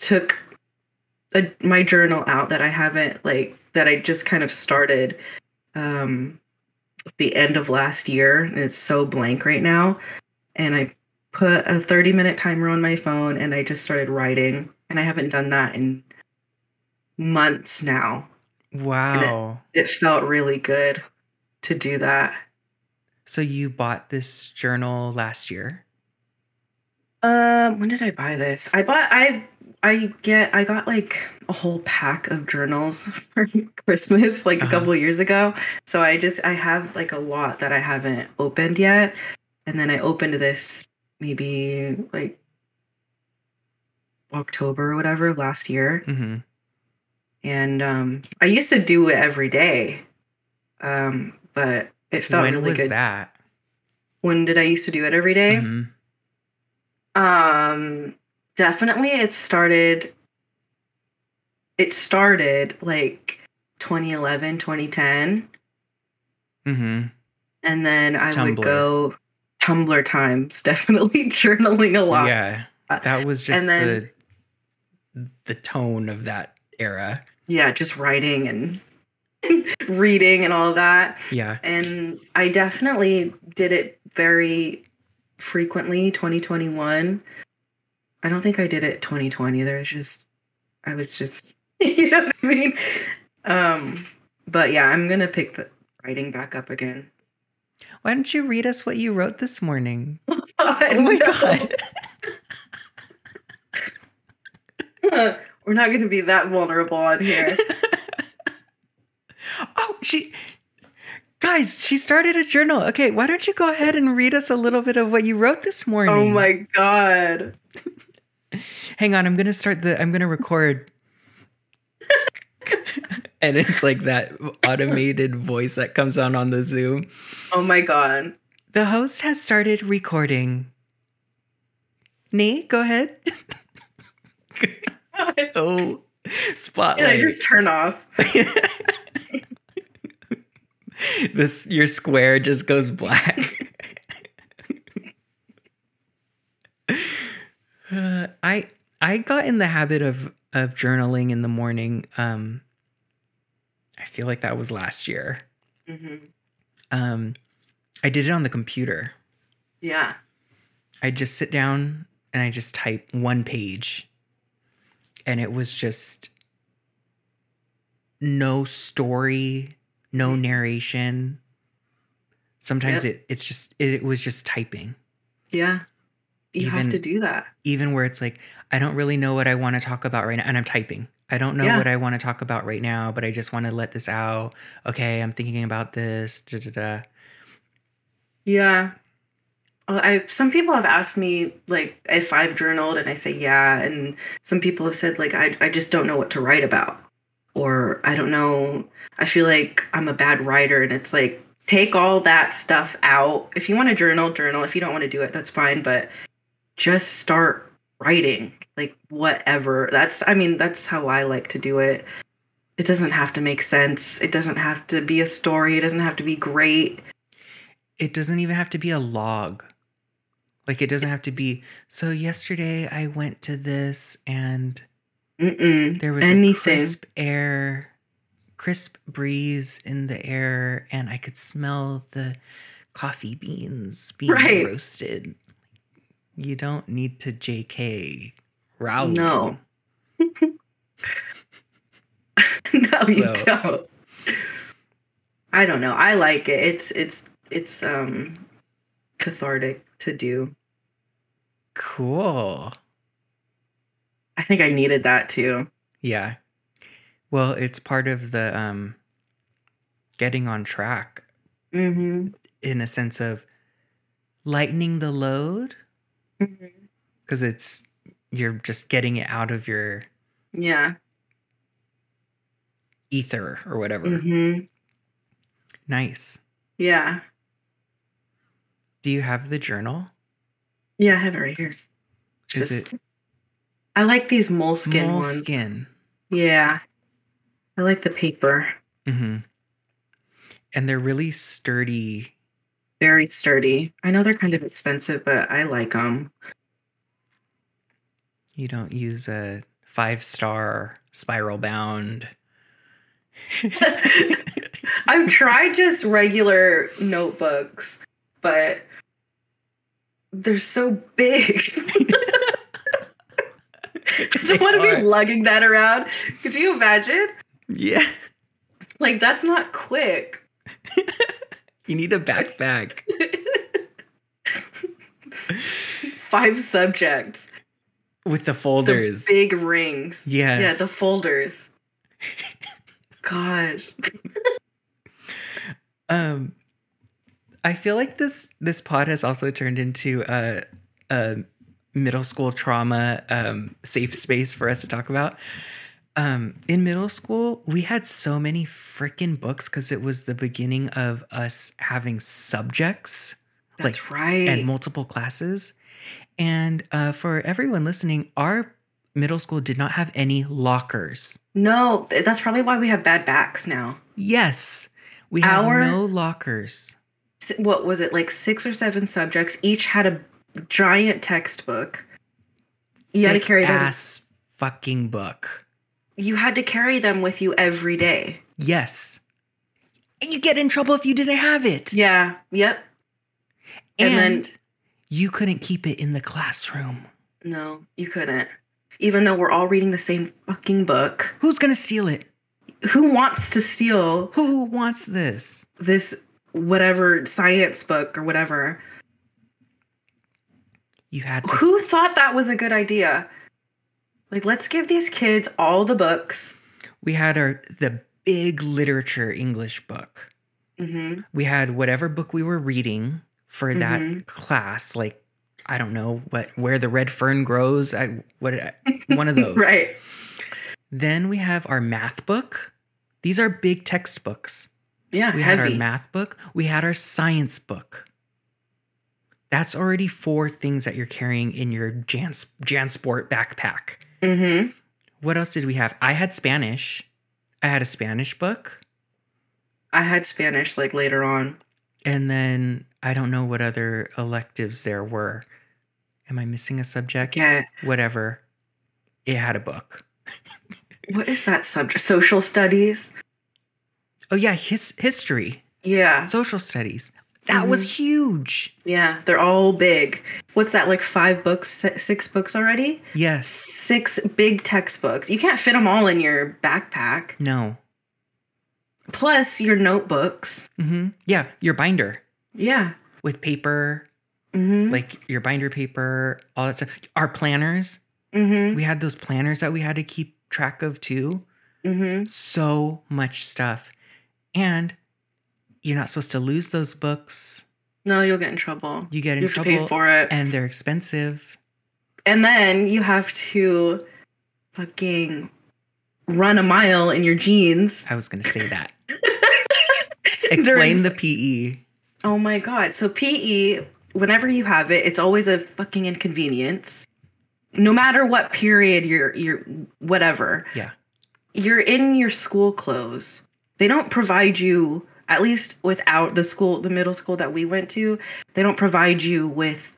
B: took a, my journal out that i haven't like that i just kind of started um at the end of last year and it's so blank right now and i put a 30 minute timer on my phone and i just started writing and i haven't done that in months now
A: wow
B: it felt really good to do that.
A: so you bought this journal last year
B: Um, when did I buy this? I bought I I get I got like a whole pack of journals for Christmas like
A: Uh-huh.
B: a couple years ago. So I just I have like a lot that I haven't opened yet. And then I opened this maybe like October or whatever of last year.
A: hmm
B: And um I used to do it every day. Um, but it felt
A: when
B: really
A: was
B: good.
A: that
B: When did I used to do it every day?
A: Mhm. Mm-hmm.
B: Um, definitely it started it started like 2011, 2010
A: Mhm.
B: and then I
A: Tumblr.
B: would go Tumblr times, definitely journaling a lot.
A: Yeah,
B: Uh,
A: that was just
B: then-
A: the the tone of that era.
B: Yeah, just writing and reading and all that.
A: Yeah,
B: And I definitely did it very frequently 2021. I don't think I did it 2020. There was just I was just you know what I mean? Um but yeah, I'm going to pick the writing back up again.
A: why don't you read us what you wrote this morning?
B: oh
A: Oh my god,
B: god. We're not going to be that vulnerable on here.
A: oh she, guys, she started a journal. Okay, why don't you go ahead and read us a little bit of what you wrote this morning?
B: oh my god.
A: Hang on, I'm gonna start the. I'm gonna record. and it's like that automated voice that comes on on the Zoom.
B: Oh my god.
A: The host has started recording. Nee, go ahead. oh,
B: Can I
A: spotlight.
B: just turn off?
A: this your square just goes black. Uh, I I got in the habit of of journaling in the morning. Um, I feel like that was last year.
B: Mhm.
A: Um, I did it on the computer.
B: Yeah.
A: I just sit down and I just type one page. And it was just no story, no narration. Sometimes it, it's just it, was just typing.
B: Yeah. You
A: Even-
B: have to do that.
A: Even where it's like, I don't really know what I want to talk about right now. And I'm typing. I don't know
B: Yeah.
A: what I want to talk about right now, but I just want to let this out. Okay, I'm thinking about this. Da, da, da.
B: Yeah. Uh, I some people have asked me like if I've journaled and I say yeah and some people have said like I I just don't know what to write about or I don't know I feel like I'm a bad writer and it's like take all that stuff out. If you want to journal, journal. If you don't want to do it, that's fine, but just start writing. Like whatever. That's I mean that's how I like to do it. It doesn't have to make sense. It doesn't have to be a story. It doesn't have to be great.
A: it doesn't even have to be a log. Like it doesn't have to be. So yesterday I went to this and
B: Mm-mm.
A: there was a
B: Anything.
A: crisp air, crisp breeze in the air, and I could smell the coffee beans being
B: Right.
A: roasted. You don't need to J.K. Rowling.
B: No. no, you
A: So-
B: don't. I don't know. I like it. It's it's it's um cathartic to do.
A: Cool.
B: I think I needed that too.
A: Yeah. Well, it's part of the um, getting on track
B: Mm-hmm.
A: in a sense of lightening the load
B: Mm-hmm.
A: because it's you're just getting it out of your
B: Yeah.
A: ether or whatever.
B: hmm
A: Nice.
B: Yeah.
A: Do you have the journal?
B: Yeah. I have it right here.
A: Is
B: Just- I like these moleskin ones.
A: Moleskin.
B: Yeah. I like the paper.
A: hmm And they're really sturdy.
B: Very sturdy. I know they're kind of expensive, but I like them.
A: You don't use a five star spiral bound.
B: I've tried just regular notebooks, but they're so big. I
A: They
B: don't want to
A: are.
B: be lugging that around. Could you imagine?
A: Yeah.
B: Like that's not quick.
A: You need a backpack.
B: Five subjects.
A: With the
B: The
A: folders.
B: big rings.
A: yes.
B: Yeah, the folders. Gosh.
A: Um, I feel like this this pod has also turned into a, a middle school trauma um, safe space for us to talk about. Um, in middle school, we had so many freaking books because it was the beginning of us having subjects
B: That's
A: Like,
B: right.
A: and multiple classes. And uh, for everyone listening, our middle school did not have any lockers.
B: no, th- that's probably why we have bad backs now.
A: Yes, we had
B: Our-
A: no lockers.
B: s- what was it like six or seven subjects each had a giant textbook you had to
A: Thick
B: carry them
A: ass fucking book.
B: you had to carry them with you every day
A: Yes. And you get in trouble if you didn't have it.
B: yeah yep
A: And,
B: and then-
A: you couldn't keep it in the classroom.
B: no you couldn't even though we're all reading the same fucking book
A: Who's going to steal it?
B: who wants to steal
A: Who wants this?
B: this whatever science book or whatever
A: You had to.
B: who thought that was a good idea like let's give these kids all the books
A: We had our the big literature English book.
B: mm-hmm.
A: We had whatever book we were reading for that
B: Mhm.
A: class, like I don't know what where the red fern grows. I what one of those.
B: right
A: Then we have our math book, These are big textbooks.
B: Yeah,
A: We had our
B: heavy.
A: math book, we had our science book. That's already four things that you're carrying in your Jans- Jansport backpack.
B: mm-hmm.
A: What else did we have? I had Spanish. I had a Spanish book.
B: I had Spanish like later on.
A: And then I don't know what other electives there were. Am I missing a subject?
B: Yeah.
A: Whatever. It had a book.
B: What is that subject? Social studies.
A: Oh, yeah, his- history,
B: Yeah.
A: social studies. That was
B: Mm-hmm.
A: huge.
B: Yeah. They're all big. What's that? Like five books, si- six books already?
A: Yes.
B: Six big textbooks. You can't fit them all in your backpack.
A: No.
B: Plus your notebooks.
A: hmm Yeah, your binder
B: Yeah.
A: with paper,
B: Mm-hmm.
A: like your binder paper, all that stuff. Our planners.
B: mm-hmm.
A: We had those planners that we had to keep track of too.
B: Mm-hmm.
A: So much stuff. And you're not supposed to lose those books.
B: No, you'll get in trouble.
A: You get in
B: You have to pay
A: trouble.
B: for it.
A: and they're expensive.
B: and then you have to fucking run a mile in your jeans.
A: I was going to say that. Explain the E. PE.
B: Oh my god. So PE, whenever you have it, it's always a fucking inconvenience. No matter what period you're you're whatever.
A: Yeah.
B: You're in your school clothes. They don't provide you at least without the school the middle school that we went to, they don't provide you with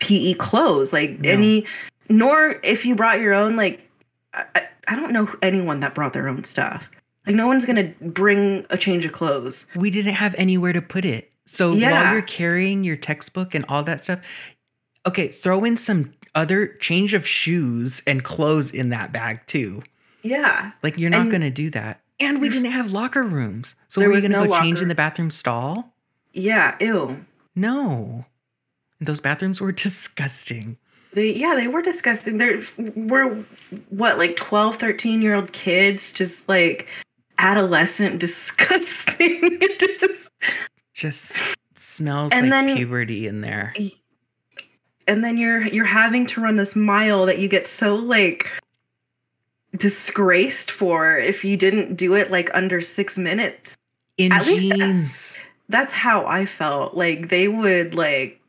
B: PE clothes like
A: No.
B: any nor if you brought your own like I, I- I don't know anyone that brought their own stuff. Like no one's going to bring a change of clothes.
A: We didn't have anywhere to put it. So while
B: Yeah.
A: you're carrying your textbook and all that stuff, okay, throw in some other change of shoes and clothes in that bag too.
B: Yeah.
A: Like you're not
B: And-
A: going to do that. And we didn't have locker rooms. So
B: There
A: were you
B: was
A: going to
B: no
A: go change
B: locker-
A: in the bathroom stall?
B: Yeah, ew.
A: No. Those bathrooms were disgusting.
B: They yeah, they were disgusting. There were what like 12, 13 year old kids just like adolescent disgusting. Just-
A: Just smells
B: And
A: like
B: then-
A: puberty in there.
B: and then you're you're having to run this mile that you get so like disgraced for if you didn't do it like under 6 minutes.
A: In
B: At least that's-
A: jeans.
B: That's how I felt. Like they would like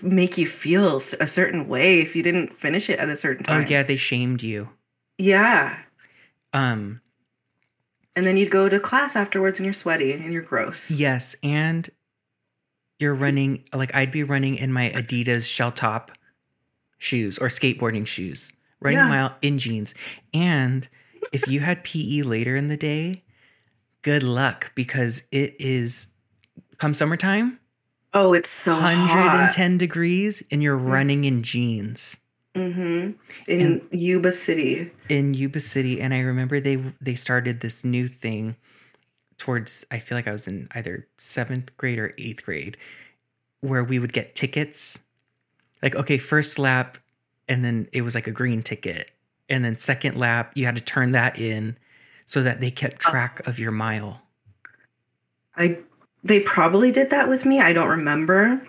B: make you feel a certain way if you didn't finish it at a certain
A: Oh
B: time.
A: yeah, they shamed you.
B: Yeah.
A: Um
B: And then you'd go to class afterwards and you're sweaty and you're gross.
A: Yes, and you're running like I'd be running in my Adidas shell top shoes or skateboarding shoes, running a
B: Yeah.
A: mile in jeans. And if you had PE later in the day, good luck because it is come summertime,
B: Oh, it's so hot.
A: 110 degrees, and you're running in jeans
B: Mm-hmm. In Yuba City.
A: in Yuba City. And I remember they they started this new thing towards I feel like I was in either seventh grade or eighth grade, where we would get tickets. Like, okay, first lap, and then it was like a green ticket. And then second lap, you had to turn that in so that they kept track of your mile.
B: I they probably did that with me. I don't remember.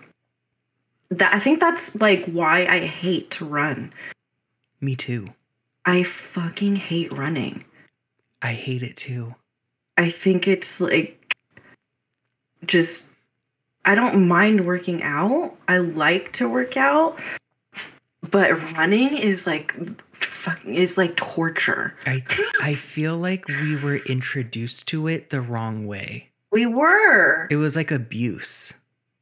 B: That I think that's like why I hate to run.
A: Me too.
B: I fucking hate running.
A: I hate it too.
B: I think it's like just I don't mind working out. I like to work out, but running is like fucking is like torture.
A: I I feel like we were introduced to it the wrong way.
B: We were.
A: It was like abuse.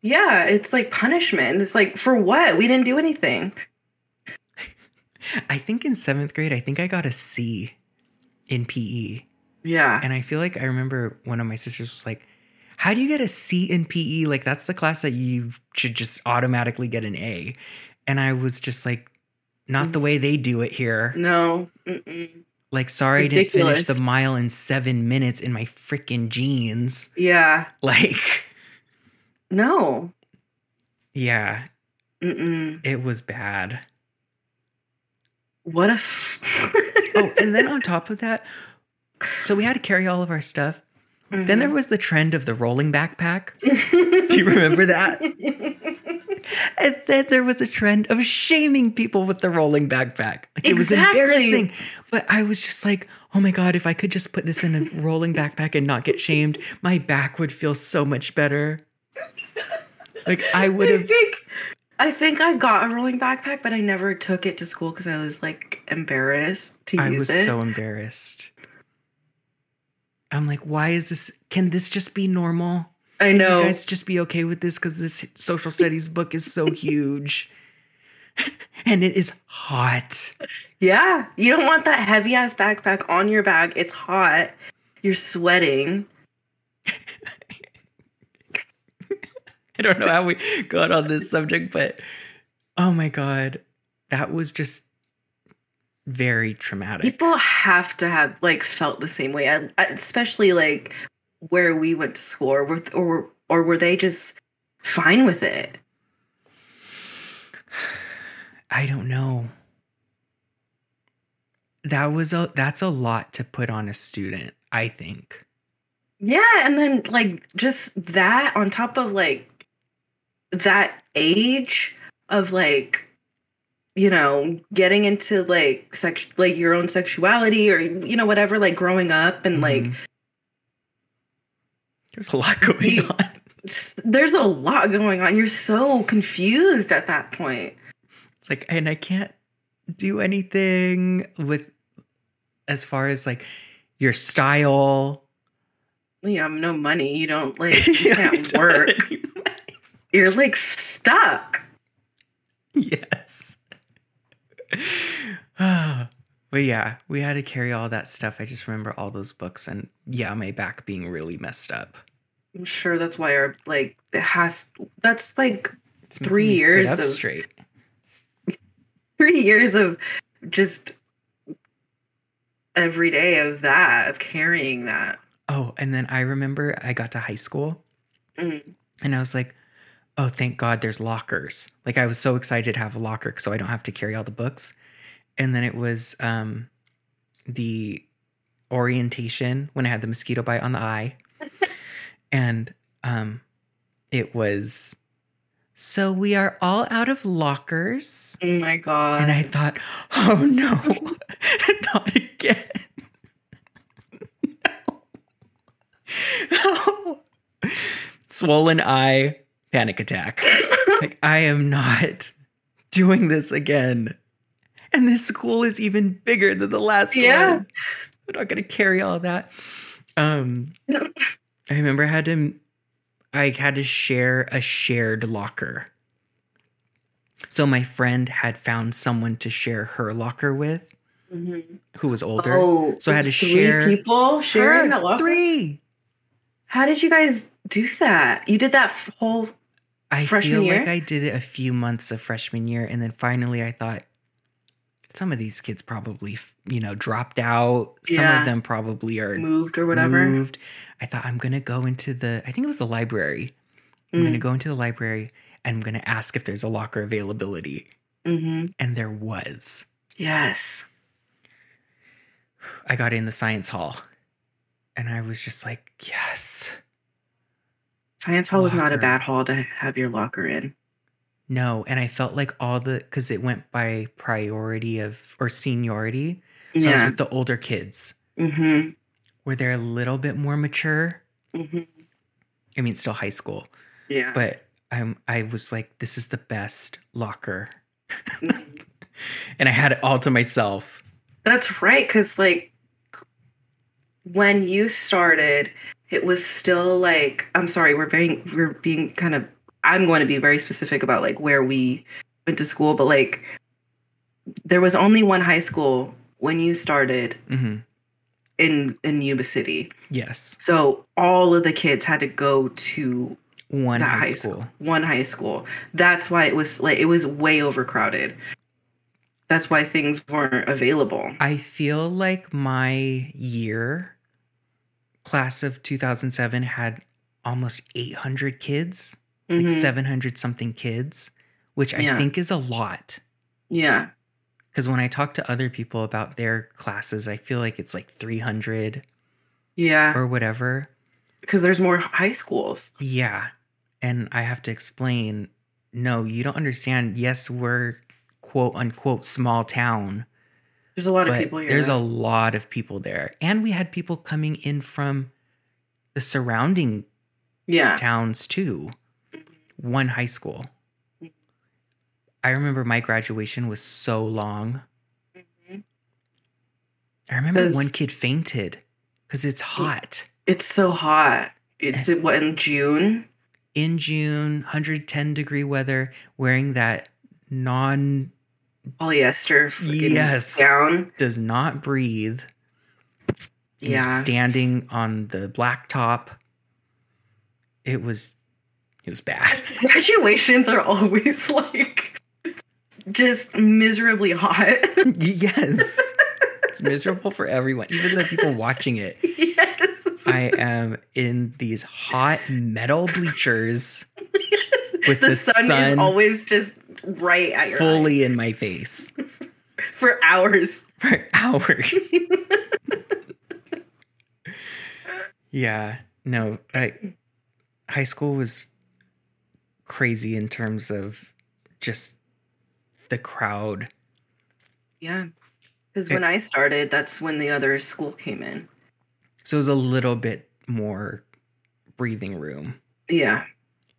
B: Yeah, it's like punishment. It's like for what? We didn't do anything.
A: I think in seventh grade, I think I got a C in PE.
B: Yeah.
A: And I feel like I remember one of my sisters was like, How do you get a C in PE? Like, that's the class that you should just automatically get an A. And I was just like, Not the way they do it here.
B: No. Mm-mm.
A: Like, sorry, I didn't finish
B: Ridiculous.
A: the mile in seven minutes in my freaking jeans.
B: Yeah.
A: Like,
B: No.
A: yeah,
B: Mm-mm.
A: it was bad.
B: What a. F-
A: oh, and then on top of that, so we had to carry all of our stuff. Then there was the trend of the rolling backpack.
B: Mm-hmm.
A: Do you remember that? And then there was a trend of shaming people with the rolling backpack. Like, It was
B: Exactly.
A: embarrassing. But I was just like, oh my God, if I could just put this in a rolling backpack and not get shamed, my back would feel so much better. Like, I would
B: I
A: have.
B: think, I think I got a rolling backpack, but I never took it to school because I was like embarrassed to
A: I
B: use
A: was
B: it.
A: so embarrassed. I'm like, why is this? Can this just be normal?
B: I
A: Can
B: know.
A: You guys just be okay with this because this social studies book is so huge. and it is hot.
B: yeah, you don't want that heavy ass backpack on your back. It's hot. You're sweating.
A: I don't know how we got on this subject, but oh my God, that was just very traumatic.
B: People have to have like felt the same way, I- I- especially like where we went to school, or with, or or were they just fine with it?
A: I don't know. That was a that's a lot to put on a student, I think.
B: Yeah, and then like just that on top of like that age of like you know getting into like sex like your own sexuality or you know whatever like growing up and like
A: Mhm. there's a lot going
B: You-
A: on.
B: s- there's a lot going on. You're so confused at that point.
A: It's like, and I can't do anything with as far as like your style.
B: You know, no money. You don't like you can't work. You're like stuck.
A: yes. but yeah, we had to carry all that stuff. I just remember all those books and yeah, my back being really messed up.
B: I'm sure that's why our like it has that's like
A: It's making
B: Three
A: me
B: years
A: sit up
B: of-
A: straight.
B: three years of just every day of that of carrying that
A: Oh, and then I remember I got to high school
B: Mm.
A: and I was like, oh, thank God there's lockers. Like I was so excited to have a locker so I don't have to carry all the books. And then it was um the orientation when I had the mosquito bite on the eye. and um it was so we are all out of lockers.
B: oh my god
A: And I thought, oh no, not again. no. Swollen eye, panic attack. Like, I am not doing this again. And this school is even bigger than the last
B: Yeah.
A: one. I'm not going to carry all that. Um, I remember I had to, I had to share a shared locker. So my friend had found someone to share her locker with,
B: Mhm.
A: who was older.
B: oh
A: So I had
B: there's
A: to
B: three
A: share-
B: people
A: Hers,
B: sharing that locker?
A: three.
B: how did you guys do that you did that f- whole
A: I
B: Freshman
A: feel
B: year?
A: like I did it a few months of freshman year, and then finally I thought some of these kids probably, f- you know, dropped out. Some
B: Yeah.
A: of them probably are
B: moved or whatever
A: moved. I thought I'm gonna go into the. I think it was the library. I'm
B: Mm.
A: gonna go into the library and I'm gonna ask if there's a locker availability,
B: mm-hmm.
A: and there was.
B: yes
A: I got in the science hall, and I was just like, yes.
B: science hall was not a
A: Locker.
B: bad hall to have your locker in
A: No, and I felt like all the because it went by priority of or seniority. So I was
B: yeah
A: with the older kids
B: mm-hmm.
A: where they're a little bit more mature.
B: Mm-hmm.
A: I mean, it's still high school,
B: yeah
A: but I'm I was like, this is the best locker,
B: Mhm.
A: and I had it all to myself.
B: That's right, because like when you started, it was still like I'm sorry, we're being we're being kind of I'm going to be very specific about like where we went to school, but like there was only one high school when you started
A: hmm
B: in in Yuba City,
A: Yes,
B: so all of the kids had to go to
A: one
B: That
A: high,
B: high
A: school.
B: one high school. That's why it was like it was way overcrowded. That's why things weren't available.
A: I feel like my year class of 2007 had almost 800 kids, like
B: Mhm.
A: 700 something kids, which I
B: Yeah.
A: think is a lot.
B: Yeah.
A: Because when I talk to other people about their classes, I feel like it's like 300
B: Yeah.
A: Uh-huh. or whatever.
B: because there's more high schools.
A: Yeah. And I have to explain no, you don't understand. Yes, we're quote unquote small town,
B: There's a lot of
A: but
B: people here.
A: there's a lot of people there. And we had people coming in from the surrounding
B: yeah.
A: towns too. One high school. I remember my graduation was so long.
B: Mhm.
A: I remember
B: Because-
A: one kid fainted because it's hot
B: It's so hot.
A: Eh.
B: It's what in June.
A: in June, 110 degree weather, wearing that non
B: Polyester. freaking
A: Yes.
B: Down.
A: does not breathe. and you're
B: Yeah.
A: standing on the blacktop. It was, it was bad.
B: Graduations are always like just miserably hot.
A: yes, it's miserable for everyone, even the people watching it.
B: yes.
A: I am in these hot metal bleachers with
B: the,
A: the
B: sun, is
A: sun
B: always just right at your eyes
A: fully in my face
B: for hours.
A: for hours. yeah, no, I, high school was crazy in terms of just the crowd.
B: Yeah.
A: Eh.
B: Because when I started, that's when the other school came in.
A: So it was a little bit more breathing room.
B: Yeah.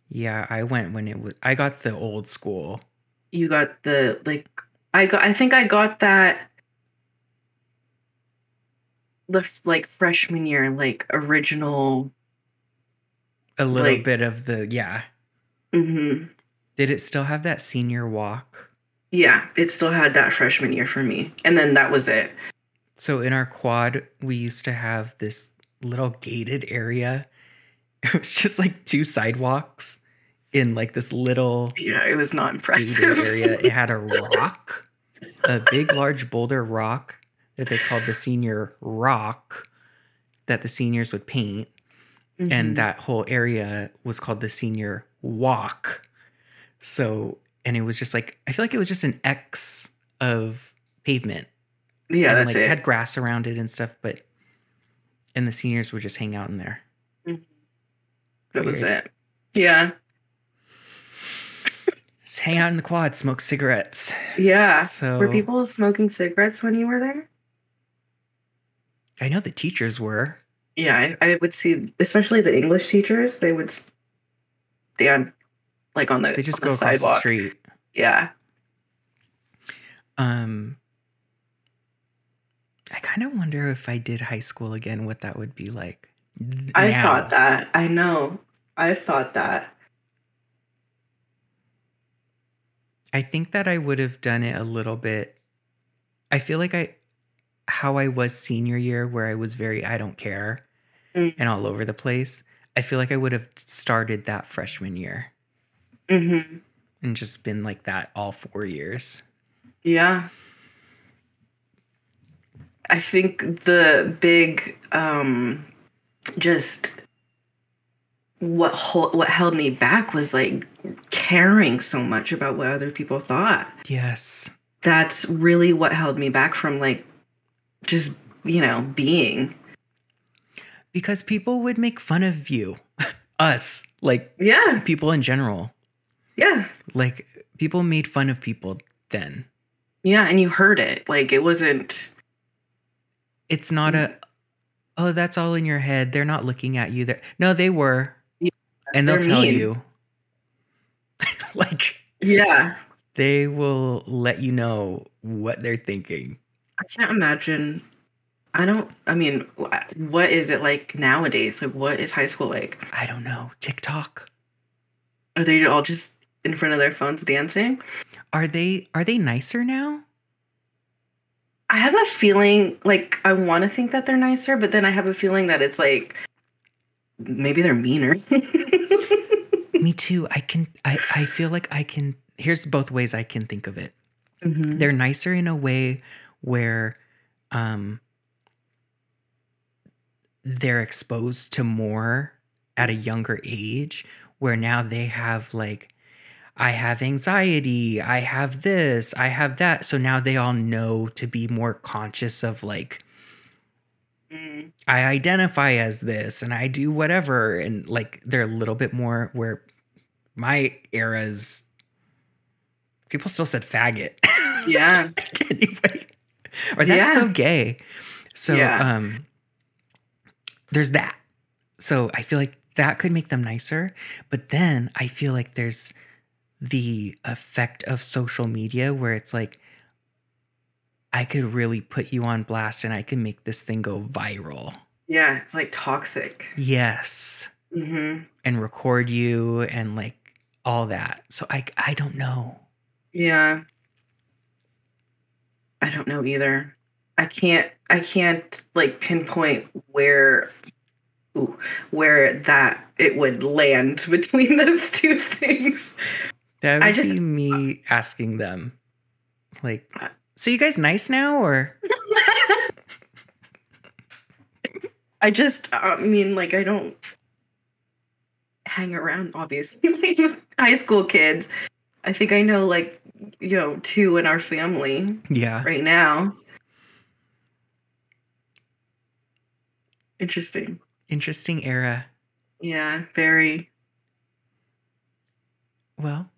A: Yeah, I went when it was, I got the old school.
B: You got the like I got I think I got that the f- like freshman year, like original
A: A little
B: Like-
A: bit of the, yeah.
B: hmm
A: Mm-hmm. Did it still have that senior walk?
B: yeah, it still had that freshman year for me. And then that was it.
A: So in our quad, we used to have this little gated area. It was just like two sidewalks in like this little
B: Yeah, it was not
A: gated
B: impressive.
A: area. It had a rock, a big, large boulder rock that they called the senior rock that the seniors would paint.
B: Mhm.
A: And that whole area was called the senior walk. So, and it was just like, I feel like it was just an X of pavement
B: Mm-hmm. yeah,
A: and
B: that's
A: like
B: it.
A: had grass around it and stuff, but and the seniors would just hang out in there.
B: that was
A: weird.
B: it. Yeah.
A: Just hang out in the quad, smoke cigarettes.
B: Yeah.
A: So
B: Were people smoking cigarettes when you were there?
A: I know the teachers were.
B: Yeah, I, I would see, especially the English teachers, they would stand like on the
A: They just
B: on
A: go
B: the
A: across
B: sidewalk.
A: the street.
B: Yeah,
A: Um I kind of wonder if I did high school again, what that would be like. n-
B: I've
A: now.
B: thought that. I know, I've thought that.
A: I think that I would have done it a little bit. I feel like I, how I was senior year, where I was very I don't care
B: Mm.
A: and all over the place. I feel like I would have started that freshman year
B: hmm
A: and just been like that all four years.
B: Yeah, I think the big, um, just what hol- what held me back was like caring so much about what other people thought.
A: Yes.
B: that's really what held me back from like just you know being
A: Because people would make fun of you, us, like
B: yeah
A: people in general.
B: yeah
A: Like people made fun of people then.
B: yeah and you heard it like it wasn't
A: It's not a, oh, that's all in your head. They're not looking at you. They're, no, they were.
B: Yeah,
A: and they'll
B: they're
A: tell
B: mean.
A: you. like,
B: yeah
A: they will let you know what they're thinking.
B: i can't imagine i don't i mean wh- what is it like nowadays like what is high school like
A: I don't know. TikTok.
B: are they all just in front of their phones dancing
A: Are they are they nicer now?
B: i have a feeling like i want to think that they're nicer but then i have a feeling that it's like maybe they're meaner
A: Me too. I can I, I feel like I can here's both ways I can think of it.
B: Mhm.
A: They're nicer in a way where um they're exposed to more at a younger age where now they have like I have anxiety, I have this, I have that. So now they all know to be more conscious of like
B: Mm.
A: I identify as this and I do whatever. And like they're a little bit more where my era's people still said faggot.
B: Yeah.
A: anyway. Or that's
B: Yeah.
A: so gay. So
B: Yeah.
A: um there's that. So I feel like that could make them nicer. But then I feel like there's the effect of social media where it's like I could really put you on blast and I can make this thing go viral.
B: Yeah. It's like toxic.
A: Yes.
B: Mm-hmm.
A: And record you and like all that. So I I don't know.
B: Yeah. I don't know either. I can't I can't like pinpoint where ooh, where that it would land between those two things.
A: That would
B: I just-
A: be me asking them, like, so you guys nice now, or
B: I just I mean like I don't hang around obviously with high school kids. I think I know like you know two in our family
A: yeah,
B: right now. Interesting.
A: interesting era.
B: Yeah, very.
A: Well,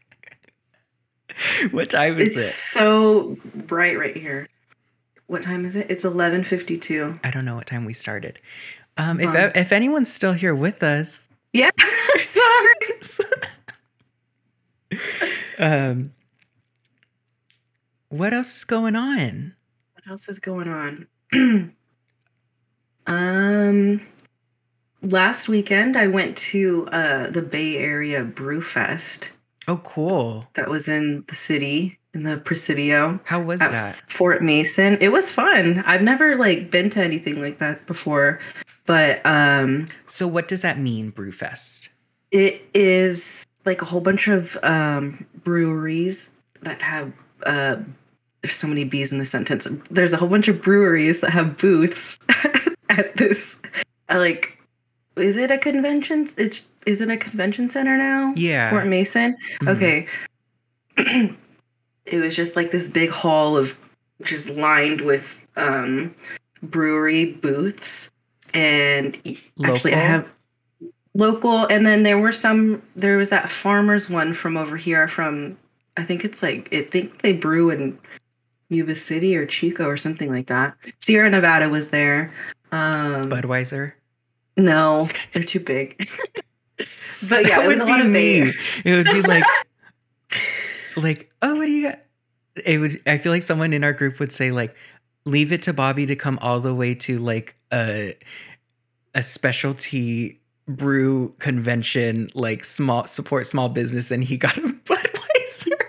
A: what time is
B: It's
A: it?
B: so bright right here. What time is it? It's eleven fifty two.
A: I don't know what time we started. Um, if
B: Um,
A: if anyone's still here with us,
B: Yeah, sorry.
A: um, what else is going on?
B: What else is going on? um, last weekend I went to uh the Bay Area Brew Fest
A: Oh, cool.
B: that was in the city in the Presidio.
A: How was
B: Uh,
A: that?
B: Fort Mason. It was fun. I've never like been to anything like that before, but um
A: So, what does that mean, Brewfest?
B: it is like a whole bunch of um breweries that have uh there's so many bees in the sentence. There's a whole bunch of breweries that have booths at this uh, like is it a convention? It's is it a convention center now?
A: Yeah.
B: Fort Mason.
A: Mhm.
B: Okay. it was just like this big hall of just lined with um brewery booths and e- actually
A: Mm-hmm.
B: I
A: Local?
B: have local and then there were some there was that farmers one from over here from I think it's like I think they brew in Yuba City or Chico or something like that. Sierra Nevada was there. Um
A: Budweiser.
B: no, they're too big. but Oh, yeah,
A: that
B: it was
A: would
B: a lot
A: be
B: of Bay-
A: me. It would be like, like, oh, what do you got? It would. I feel like someone in our group would say like, leave it to Bobby to come all the way to like a a specialty brew convention, like small support small business, and he got a Budweiser.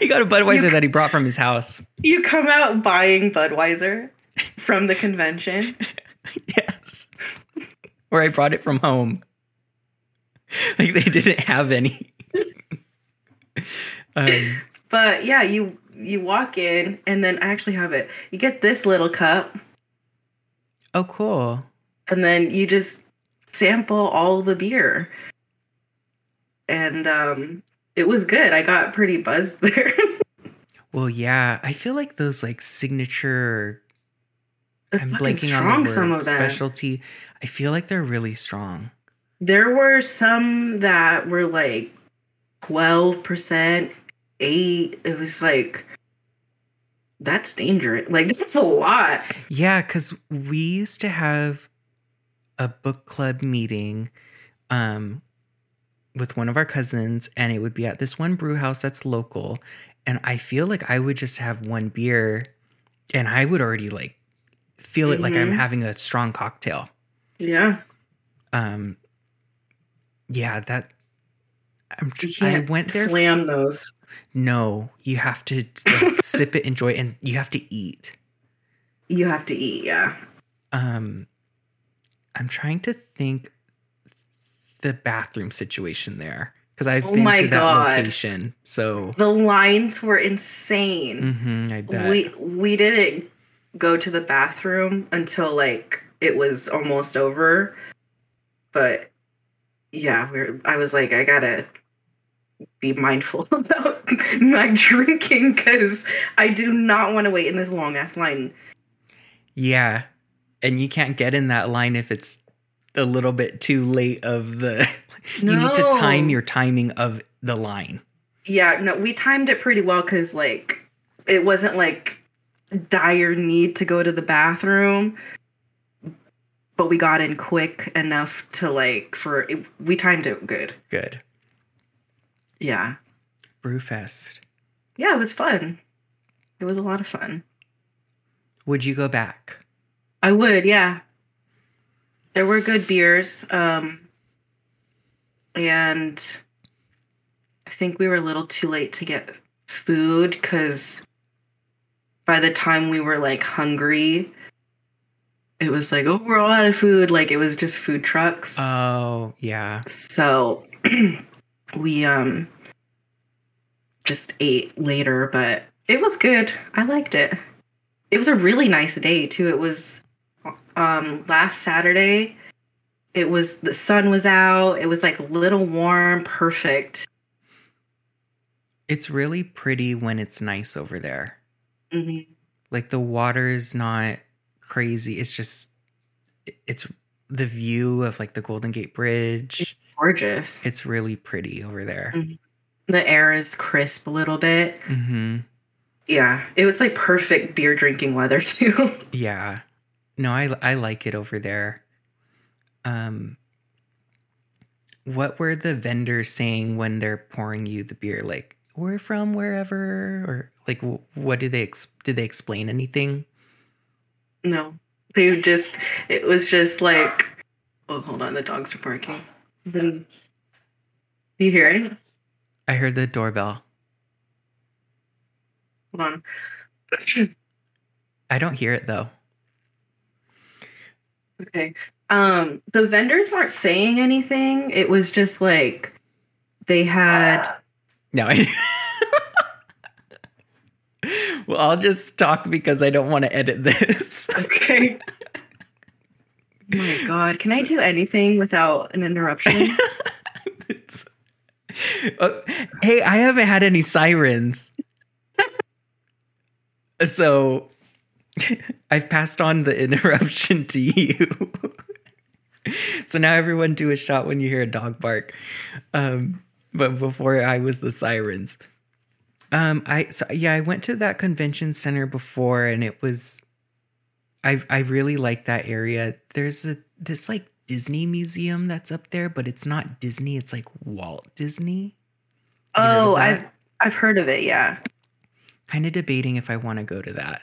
A: he got a Budweiser
B: You-
A: that he brought from his house.
B: You come out buying Budweiser from the convention.
A: Yes, or I brought it from home. Like they didn't have any. um,
B: But yeah, you you walk in and then I actually have it. You get this little cup
A: oh, cool.
B: and then you just sample all the beer. And um it was good. I got pretty buzzed there.
A: Well, yeah, I feel like those like signature.
B: They're
A: I'm
B: fucking
A: blanking
B: strong
A: on the word,
B: some of them.
A: specialty. I feel like they're really strong.
B: There were some that were like 12%, 8. It was like that's dangerous. Like that's a lot.
A: Yeah, because we used to have a book club meeting, um, with one of our cousins, and it would be at this one brew house that's local. And I feel like I would just have one beer, and I would already like feel it like I'm
B: Mhm.
A: having a strong cocktail.
B: Yeah.
A: um yeah that i'm tr-
B: You
A: i
B: can't
A: went there
B: Slam those.
A: no you have to like, sip it enjoy it, and you have to eat
B: You have to eat, yeah.
A: um i'm trying to think the bathroom situation there because i've
B: Oh
A: been
B: my
A: to that
B: God.
A: location so
B: The lines were insane.
A: mhm, i bet
B: We we didn't go to the bathroom until like it was almost over. But yeah, we're, I was like, I gotta be mindful about my drinking because I do not want to wait in this long ass line.
A: Yeah. And you can't get in that line if it's a little bit too late of the you need to time
B: No.
A: your timing of the line.
B: Yeah, no, we timed it pretty well because like it wasn't like dire need to go to the bathroom, but we got in quick enough to like for it, we timed it good.
A: Good.
B: Yeah,
A: Brewfest.
B: yeah, it was fun. It was a lot of fun.
A: Would you go back?
B: I would, yeah. There were good beers, um, and I think we were a little too late to get food because by the time we were like hungry, it was like, oh, we're all out of food. Like it was just food trucks.
A: Oh, yeah.
B: so we um just ate later, but it was good. I liked it. It was a really nice day too. It was um last Saturday. It was the sun was out. It was like a little warm, perfect.
A: It's really pretty when it's nice over there.
B: Mhm.
A: Like the water's not crazy. It's just it- it's the view of like the Golden Gate Bridge.
B: Gorgeous.
A: It's really pretty over there.
B: Mhm. The air is crisp a little bit.
A: Mhm.
B: Yeah, it was like perfect beer drinking weather too.
A: Yeah. No, I I like it over there. Um what were the vendors saying when they're pouring you the beer like we're from wherever or like wh- what do they ex- did they explain anything?
B: No, they just, it was just like, oh, hold on, the dogs are barking. Then, you hear it?
A: I heard the doorbell.
B: Hold on.
A: I don't hear it though.
B: Okay. Um, the vendors weren't saying anything. It was just like they had,
A: No. I Well, I'll just talk because I don't want to edit this.
B: okay. Oh my God. Can I do anything without an interruption?
A: It's- Uh, hey, I haven't had any sirens. so I've passed on the interruption to you. so now everyone do a shot when you hear a dog bark. Um, but before I was the sirens. Um, I so yeah, I went to that convention center before and it was I I really like that area. There's a this like Disney museum that's up there, but it's not Disney. It's like Walt Disney. You heard of
B: oh,
A: that?
B: I've, I've heard of it. Yeah.
A: kind of debating if I want to go to that.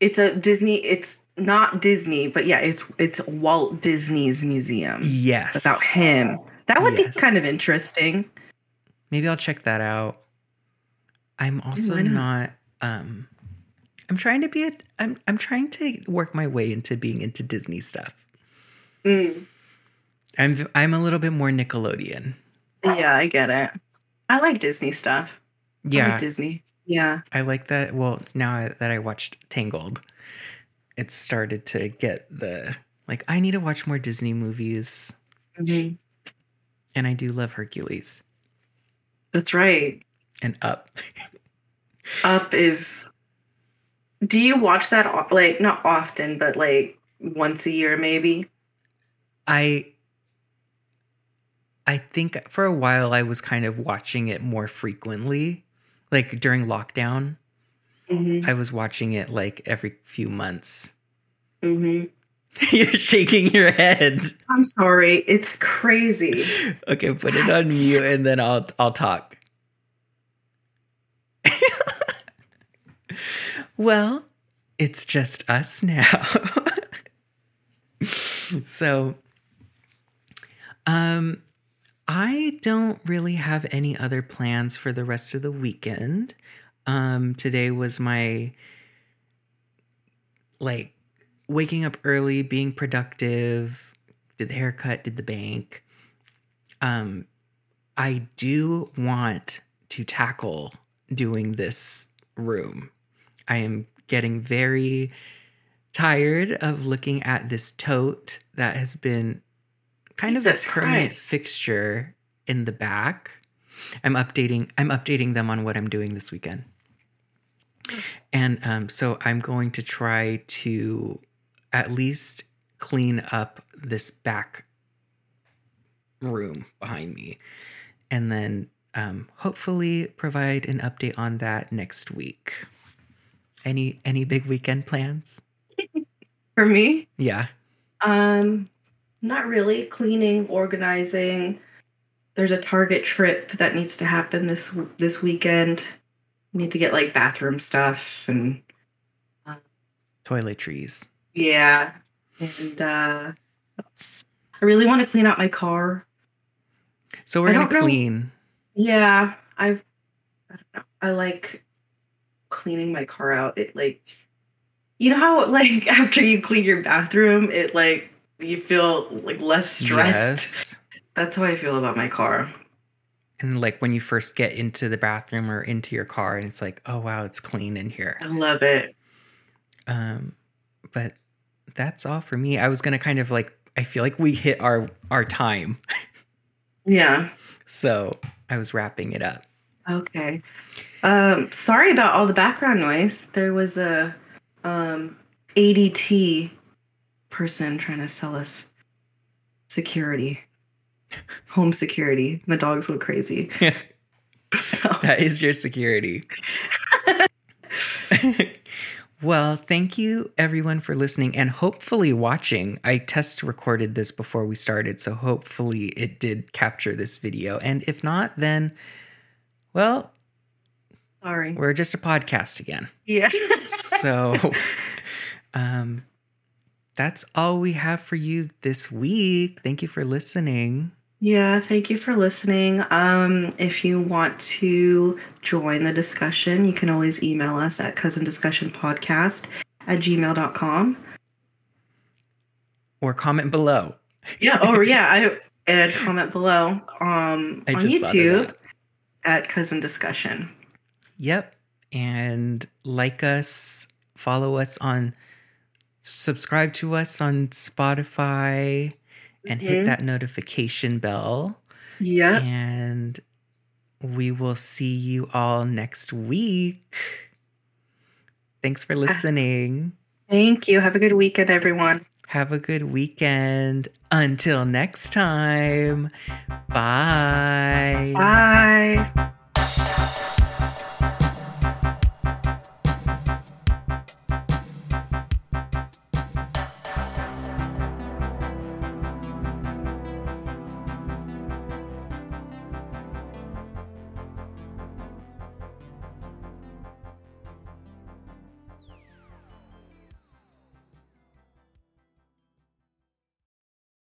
B: It's a Disney, it's not Disney, but yeah, it's, it's Walt Disney's museum
A: Yes,
B: about him. That would
A: Yes.
B: be kind of interesting.
A: Maybe I'll check that out. I'm also
B: why
A: not. Um, I'm trying to be a. I'm I'm trying to work my way into being into Disney stuff.
B: Mm.
A: I'm I'm a little bit more Nickelodeon.
B: Yeah, I get it. I like Disney stuff. I
A: Yeah,
B: like Disney. Yeah.
A: I like that. Well, it's now that I watched Tangled, it started to get the like. I need to watch more Disney movies,
B: Mm-hmm.
A: and I do love Hercules
B: That's right.
A: and Up.
B: Up is. Do you watch that o- like not often, but like once a year maybe?
A: I I think for a while I was kind of watching it more frequently. Like during lockdown,
B: Mm-hmm.
A: I was watching it like every few months.
B: Mm-hmm.
A: You're shaking your head.
B: I'm sorry. It's crazy.
A: Okay, put it on mute and then I'll I'll talk. well, it's just us now. so um I don't really have any other plans for the rest of the weekend. Um today was my like waking up early, being productive, did the haircut, did the bank um i do want to tackle doing this room i am getting very tired of looking at this tote that has been kind
B: Jesus
A: of a permanent
B: Christ.
A: fixture in the back i'm updating i'm updating them on what i'm doing this weekend And um, so I'm going to try to at least clean up this back room behind me. And then um, hopefully provide an update on that next week. Any any big weekend plans?
B: For me,
A: Yeah.
B: um, not really. Cleaning, organizing. There's a Target trip that needs to happen this w- this weekend. Need to get like bathroom stuff and
A: Toiletries.
B: yeah, and uh, what else? I really want to clean out my car.
A: So we're
B: I
A: gonna
B: don't know.
A: clean.
B: Yeah, I've I don't know. I like cleaning my car out. It like you know how like after you clean your bathroom, it like you feel like less stressed.
A: Yes.
B: That's how I feel about my car.
A: And like when you first get into the bathroom or into your car, and it's like, oh wow, it's clean in here.
B: I love it.
A: Um, but that's all for me. I was gonna kind of like I feel like we hit our our time,
B: Yeah.
A: so I was wrapping it up.
B: Okay. Um sorry about all the background noise. There was a um ADT person trying to sell us security. Home security. My dogs go crazy. So
A: That is your security. well, thank you everyone for listening and hopefully watching. I test recorded this before we started, so hopefully it did capture this video. And if not, then, well,
B: Sorry.
A: we're just a podcast again.
B: Yeah.
A: So, um, that's all we have for you this week. Thank you for listening.
B: Yeah, thank you for listening. Um, if you want to join the discussion, you can always email us at cousindiscussionpodcast at gmail.com.
A: Or comment below.
B: Yeah, or yeah, I and comment below um
A: I
B: on
A: just thought of
B: YouTube
A: that.
B: at Cousin Discussion.
A: Yep. And like us, follow us on, subscribe to us on Spotify, and hit
B: Mhm.
A: that notification bell.
B: Yeah.
A: And we will see you all next week. Thanks for listening.
B: Thank you. Have a good weekend, everyone.
A: Have a good weekend. Until next time, bye.
B: Bye.